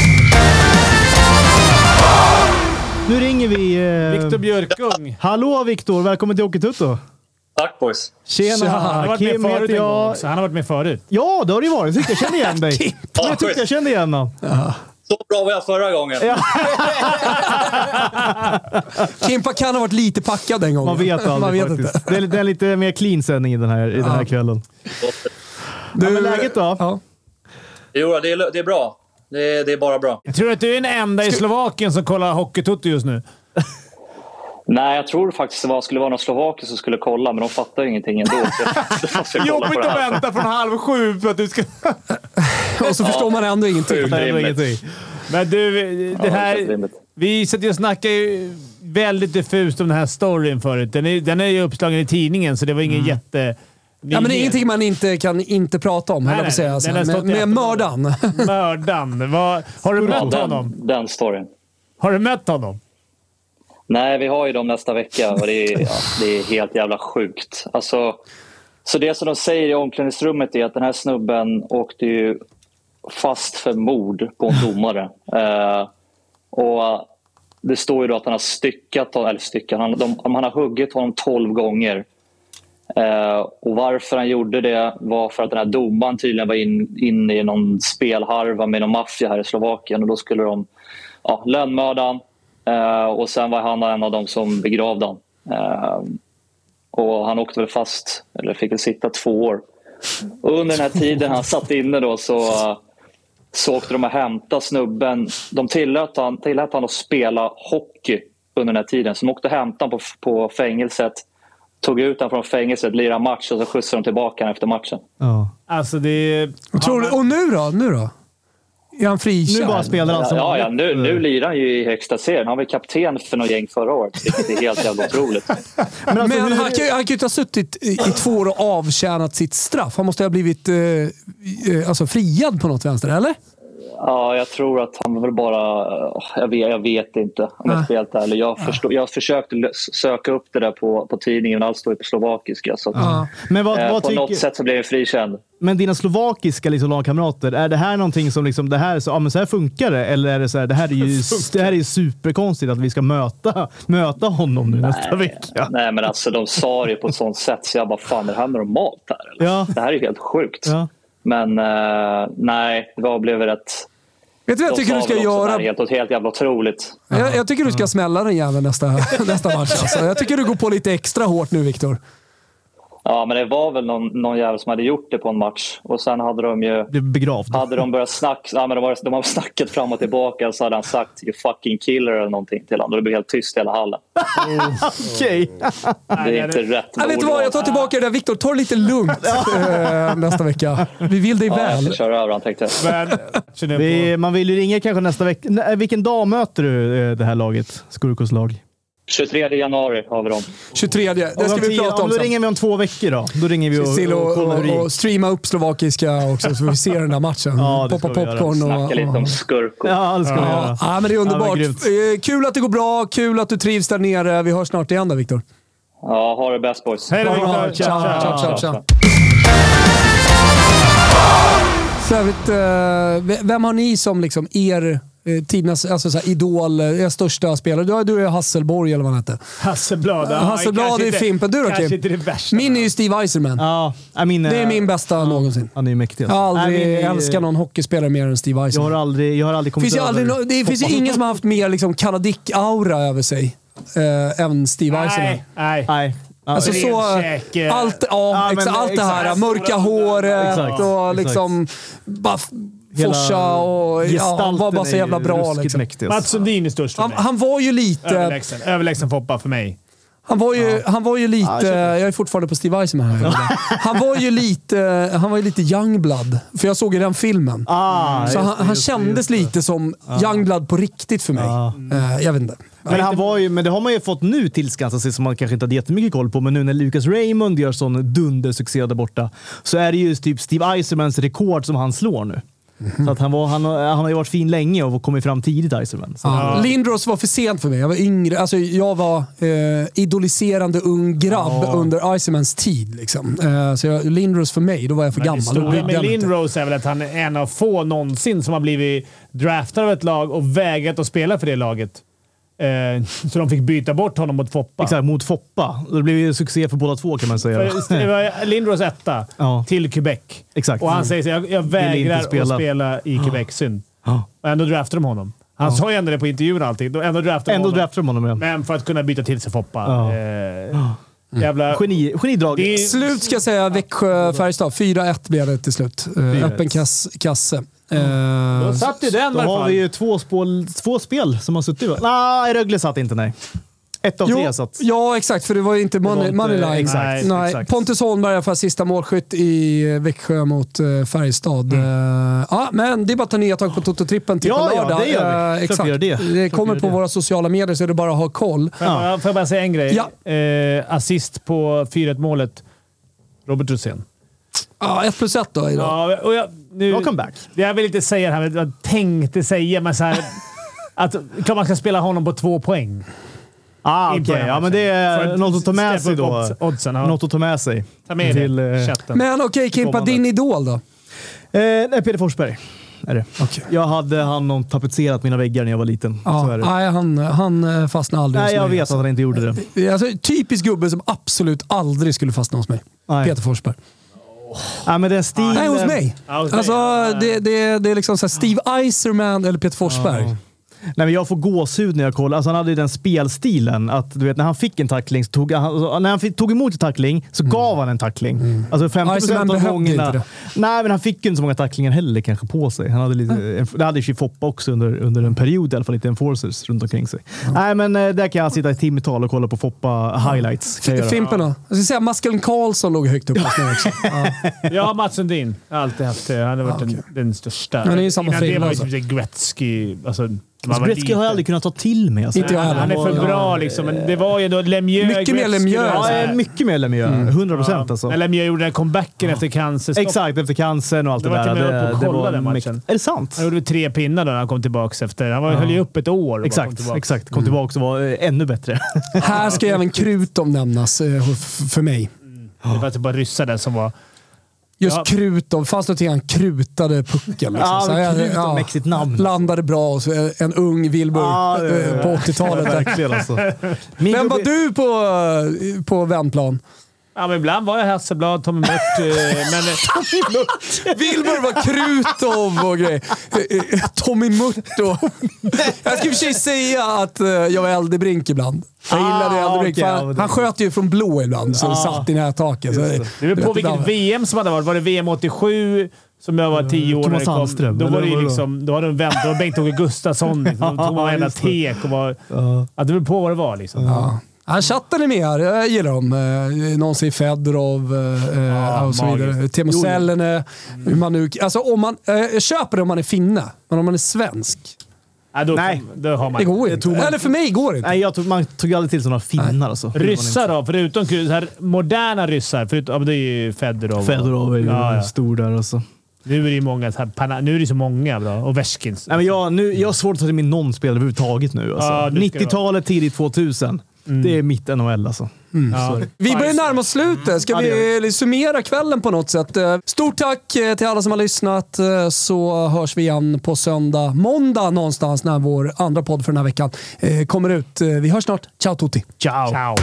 Nu ringer vi... Eh... Viktor Björkung. Hallå Viktor! Välkommen till Hockeytutto! Tack boys! Tjena! Tja, han har varit med Kim förut heter en gång jag. också. Han har varit med förut. Ja, det har du varit. Jag tyckte jag kände igen dig. jag tyckte jag kände igen honom. Så bra var jag förra gången. Kimpa kan ha varit lite packad den gången. Man vet aldrig Man vet faktiskt. inte. Det är, lite- det är lite mer clean sändning i den här, i den här Ja. kvällen. ja, men läget då? Jo, det är, lö- det är bra. Det är, det är bara bra. Jag tror att du är den enda i Slovakien som kollar Hockeytutto just nu. Nej, jag tror faktiskt det var, skulle vara någon slovaker som skulle kolla, men de fattar ju ingenting ändå. Så jag- jag måste kolla på Jobbigt det att här. vänta från halv sju för att du ska... och så förstår man ändå ingenting. sjukt Ändå rimligt. ingenting. Men du, det Ja, här... helt rimligt. vi satt ju och snackade ju väldigt diffust om den här storyn förut. Den är, den är ju uppslagen i tidningen, så det var ingen jätte... Mm. Ja, men det är ingenting man inte kan inte prata om, höll jag på att säga. Alltså. Med, med mördaren. Mördaren. Vad, har du Ja, mött den, honom? den storyn. Har du mött honom? Nej, vi har ju dem nästa vecka och det är, ja, det är helt jävla sjukt. Alltså, så det som de säger i omklädningsrummet är att den här snubben åkte ju fast för mord på en domare. Eh, och det står ju då att han har styckat honom, eller styckat, han, de, han har huggit honom 12 gånger. Eh, och varför han gjorde det var för att den här domaren tydligen var in- inne i någon spelharva med någon maffia här i Slovakien och då skulle de ja, lönnmörda han. Eh, och sen var han en av dem som begravde han. Eh, och han åkte väl fast, eller fick väl sitta två år. Och under den här tiden han satt inne då så, så åkte de och hämtade snubben. De tillät han, tillät han att spela hockey under den här tiden. Så de åkte och hämtade honom på, på fängelset. Tog ut honom från fängelset, lirade match och så skjutsade de tillbaka honom efter matchen. Ja. Alltså det är... Tror, du- och nu då? Nu då? Är han frikänd? Ja, ja nu, nu lirar han ju i högsta serien. Han var ju kapten för något gäng förra året, vilket är helt jävla otroligt. Men, alltså, han, kan, ju- han kan ju inte ha suttit i, i två år och avtjänat sitt straff. Han måste ha blivit eh, eh, alltså friad på något vänster, eller? Ja, jag tror att han väl bara... Jag vet, jag vet inte om jag Ah. ska vara helt ärlig. Jag, förstår, jag försökte lö- söka upp det där på, på tidningen, men allt står ju på slovakiska. Så att, Ah. Ja. Men vad- eh, vad på tycker- något sätt så blev jag frikänd. Men dina slovakiska liksom, lagkamrater, är det här någonting som liksom, det här, så, ja, men så här funkar det? Eller är det så här, det här är ju det här är ju superkonstigt att vi ska möta, möta honom nu nästa vecka? Nej, men alltså de sa det på ett sånt sätt så jag bara, fan är det här normalt här? Eller? Ja. Det här är ju helt sjukt. Men eh, nej, det var, blev rätt... Vet du vad jag De tycker sa du ska väl också göra? att det här är Helt, helt jävla otroligt. Jag, jag tycker du ska smälla den jäveln nästa, nästa match. Alltså. Jag tycker du går på lite extra hårt nu, Viktor. Ja, men det var väl någon, någon jävel som hade gjort det på en match. Och sen hade de ju... begravd. Hade de börjat snacka... Ja, men de, har, de har snackat fram och tillbaka. Så hade han sagt “you fucking killer” eller någonting till honom. Och det blev helt tyst i hela hallen. Okej. Det är inte rätt Ja, vet du vad? Jag tar tillbaka det där. Viktor, ta det lite lugnt eh, nästa vecka. Vi vill dig Ja, jag väl. ska köra över honom tänkte jag. Vi, man vill ju ringa kanske nästa vecka. Nej, Vilken dag möter du eh, det här laget? Skurkos lag. 23 januari har vi dem. 23, det Och ska vi tio- prata om Då sen. ringer vi om två veckor då. Då ringer vi Se till och, och att kollar hur det och, gick. och streama upp slovakiska också så vi ser den där matchen. Poppa ska vi göra. popcorn och... Snacka lite och- om skurkor. Ja, det ska vi göra. Ja, men det är Ja, men underbart. grymt. Eh, kul att det går bra, kul att du trivs där nere. Vi hörs snart igen då, Viktor. Ja, ha det bäst boys. Hej då, Ha det Viktor. bra. Ciao, ciao, ciao, ciao, ciao. Så jag vet, eh, vem har ni som liksom er eh, tidernas alltså så här, idol, eh, er största spelare? Du har du är Hasselborg eller vad han hette. Hasselblad. ja, Hasselblad kanske är inte- Fimpen. Du då Kanske Kim? inte det värsta. Min är ju Steve Eiserman. Ja, min, det är eh, min bästa någonsin. Han är ju mäktig. Jag har aldrig Nej, min- älskat någon hockeyspelare mer än Steve Jag Eiserman. har aldrig, jag har aldrig kommit Finns ju över aldrig, nå- det finns ju Hoppas. ingen som har haft mer liksom, kanadick-aura över sig eh, än Steve Eiserman. Nej, nej. nej. Alltså så, Renkäke. allt, ja, men exa, allt det här. Mörka håret Exakt, och exakt. liksom bara f- Hela forsa och ja, han var bara så jävla bra. Liksom. Mats Sundin är störst för Han, mig. han var ju lite... Överlägsen. Överlägsen Foppa för mig. Han var, ju, han var ju lite... Ja, jag jag är fortfarande på Steve Eisenman här. Han var ju lite, han var ju lite Youngblood, för jag såg ju den filmen. Ah, så just han, det, han just det, Ah. kändes lite som Youngblood på riktigt för mig. Eh, jag vet inte. Men, han var ju, men det har man ju fått nu tillskansa sig som man kanske inte hade jättemycket koll på. Men nu när Lucas Raymond gör sån dundersuccé där borta så är det ju typ Steve Eisermans rekord som han slår nu. Mhm. Så att han, var, han, har- han har ju varit fin länge och kommit fram tidigt, Eiserman. Så- Ja. Ah, Lindros var för sent för mig. Jag var yngre. Alltså, jag var eh, idoliserande ung grabb Ah. under Icemans tid. Liksom. Eh, så jag, Lindros för mig, då var jag för gammal. Då Historien brydde med jag mig inte. Lindros är väl att han är en av få någonsin som har blivit draftad av ett lag och vägrat att spela för det laget. Eh, så de fick byta bort honom mot Foppa. Exakt, mot Foppa. Det blev ju succé för båda två kan man säga. För Det var Lindros etta till Quebec. Exakt. Och han säger så här, jag, jag Vill inte vägrar spela." Ah. att spela i Quebec. Synd. Och ändå draftade de honom. Han sa ju ändå det på intervjun och allting. Då Ändå draftade de Ändå honom. draftade de honom igen. Men för att kunna byta till sig Foppa. Ja. Eh, jävla... Geni, genidrag. Det är- Slut ska jag säga Växjö-Färjestad. 4-1 blev det till slut. Eh, 4-1. öppen kass, kasse. Eh, Då satt ju den i Då alla har fall. vi ju två, spål, två spel som har suttit va? Nej, Rögle satt inte nej. Ett av tre satt. Ja, exakt. För det var ju inte var money, inte- moneyline. exakt, Nej. exakt. Pontus Holmberg i alla fall sista målskytt i Växjö mot eh, Färjestad. Eh, ja, men det är bara att ta nya tag på Toto-trippen till Mm. Ja, på ja, lördag. det gör vi. Eh, Klart vi exakt. gör det. Klart vi kommer gör på det. våra sociala medier så är det bara att ha koll. Får jag, bara- får jag bara säga en grej? Eh, assist på 4-1 målet. Robert Rosén. Ja, 1 plus 1 då idag. Ja, och jag, nu, Welcome back. Det jag vill inte säga det här, men jag tänkte säga, men så här, att klart man ska spela honom på två poäng. Ah, In okej. på den här Ja, men det matchen. För är att något att ta med steppa sig upp då. odds- Oddsen, ja. Något att ta med sig. Ta med det. eh, Chatten. Men okej Kimpa, kommande. din idol då? Eh, nej, Peter Forsberg är det. Jag hade han om tapetserat mina väggar när jag var liten. Så Ja, är det. nej, han, han eh, fastnade aldrig Nej, hos jag mig. vet att han inte gjorde det. Alltså, typisk gubbe som absolut aldrig skulle fastna hos mig. Peter Forsberg. Nej, men den stilen... Nej, hos mig. Alltså, det, det, det är liksom så här Steve Eiserman eller Peter Forsberg. Ja. Nej, men jag får gåshud när jag kollar. Alltså, han hade ju den spelstilen att du vet, när han fick en tackling, så tog han, alltså, när han fick, tog emot en tackling Mm. så gav han en tackling. Alltså 50 Iceman procent av behövde gångerna. inte Nej, men han fick ju inte så många tacklingar heller kanske på sig. Han hade lite, Mm. Det hade ju Foppa också under, under en period, i alla fall lite enforcers runt omkring sig. Nej, men eh, där kan jag sitta i timmetal och kolla på Foppa highlights. Kan jag göra. Fimpen då? Jag skulle säga Maskeln Karlsson låg högt upp hos mig också. Ja. Ja, Mats Sundin. Jag har alltid haft det. Han har varit den, den största. Men Ah, det är ju samma Innan film det var ju alltså. typ så Gretzky. Alltså, när man var Gretzky har jag liten. aldrig kunnat ta till mig. Alltså. Inte jag heller. Han är för bra liksom. Men det var ju då Lemieux. Mm. Mycket mer Gretzky, Lemieux. alltså. det var så här- Ja, eh, mycket mer Lemieux. 100 procent alltså. När Lemieux gjorde den här comebacken efter cancerstopp. Exakt, efter cancern och allt Det det, var där. till och med uppe och kolla den mäkt- matchen. Är det sant? Han gjorde väl tre pinnar då när han kom tillbaka efter. Han var, Ja. höll ju upp ett år. och bara kom Exakt, tillbaka. exakt. Kom tillbaka och var eh, ännu bättre. Här ska ju även Krutom nämnas eh, f- för mig. Det var typ bara ryssar där som var... Just Ja. Krutom. Fanns det någonting han krutade pucken? Liksom. Ja, Så men här, Krutom, mäktigt namn. Landade bra och så, eh, en ung Wilbur Ja, alltså. det- eh, på 80-talet. där. Verkligen alltså. Vem gubbe- var du på, eh, på vänplan? Ja, men ibland var jag Hasselblad, Tommy Mört. eh, men... Wilbur var Krutov och grejer. Eh, eh, Tommy Mutt och... Jag ska i och för sig säga att eh, jag var Eldebrink ibland. Jag gillade Ah, Eldebrink. okej, för ja, han, det- han sköt ju från blå ibland, så Ah. det satt i nättaket. Så det- Det beror du på vet, ibland- vilket VM som hade varit. Var det VM 87, som jag var tio år Thomas när det kom? Hallström, Då var det eller ju vad då? liksom... Då hade de vänt. Då var Bengt-Åke Gustafsson. Liksom. Då tog man varenda just det. tek och var... Ja, det beror på vad det var liksom. Ja. Ja, chatten är med här. Jag gillar dem. Eh, Någon säger Fedorov eh, eh, och så vidare. Ah, magiskt. Teemu Jo, jo. Sellene. hur man nu- Alltså, om man, eh, jag köper det om man är finne, men om man är svensk. Nej, det har man Det går inte. tog man- Eller för mig går det inte. Nej, jag tog, man tog aldrig till sådana finnar alltså. Ryssar då, förutom så här, moderna ryssar. Förutom, ja, men det är ju Fedorov. och- Fedorov är ju stor där alltså. Nu är det ju många, så här, pana, nu är det så många bra. Och Veskins. Nej, men jag, nu, jag har svårt att ta till min non-spel överhuvudtaget nu. Alltså. Ja, det ska Mm. det 90-talet, tidigt 2000. Det är mitt NHL alltså. Ja. Sorry. Vi börjar närma oss slutet. Ska Ja, det vi eh, summera kvällen på något sätt? Eh, Stort tack eh, till alla som har lyssnat, eh, så hörs vi igen på söndag, måndag någonstans när vår andra podd för den här veckan eh, kommer ut. Eh, Vi hörs snart. Ciao Tutti! Ciao! Ciao.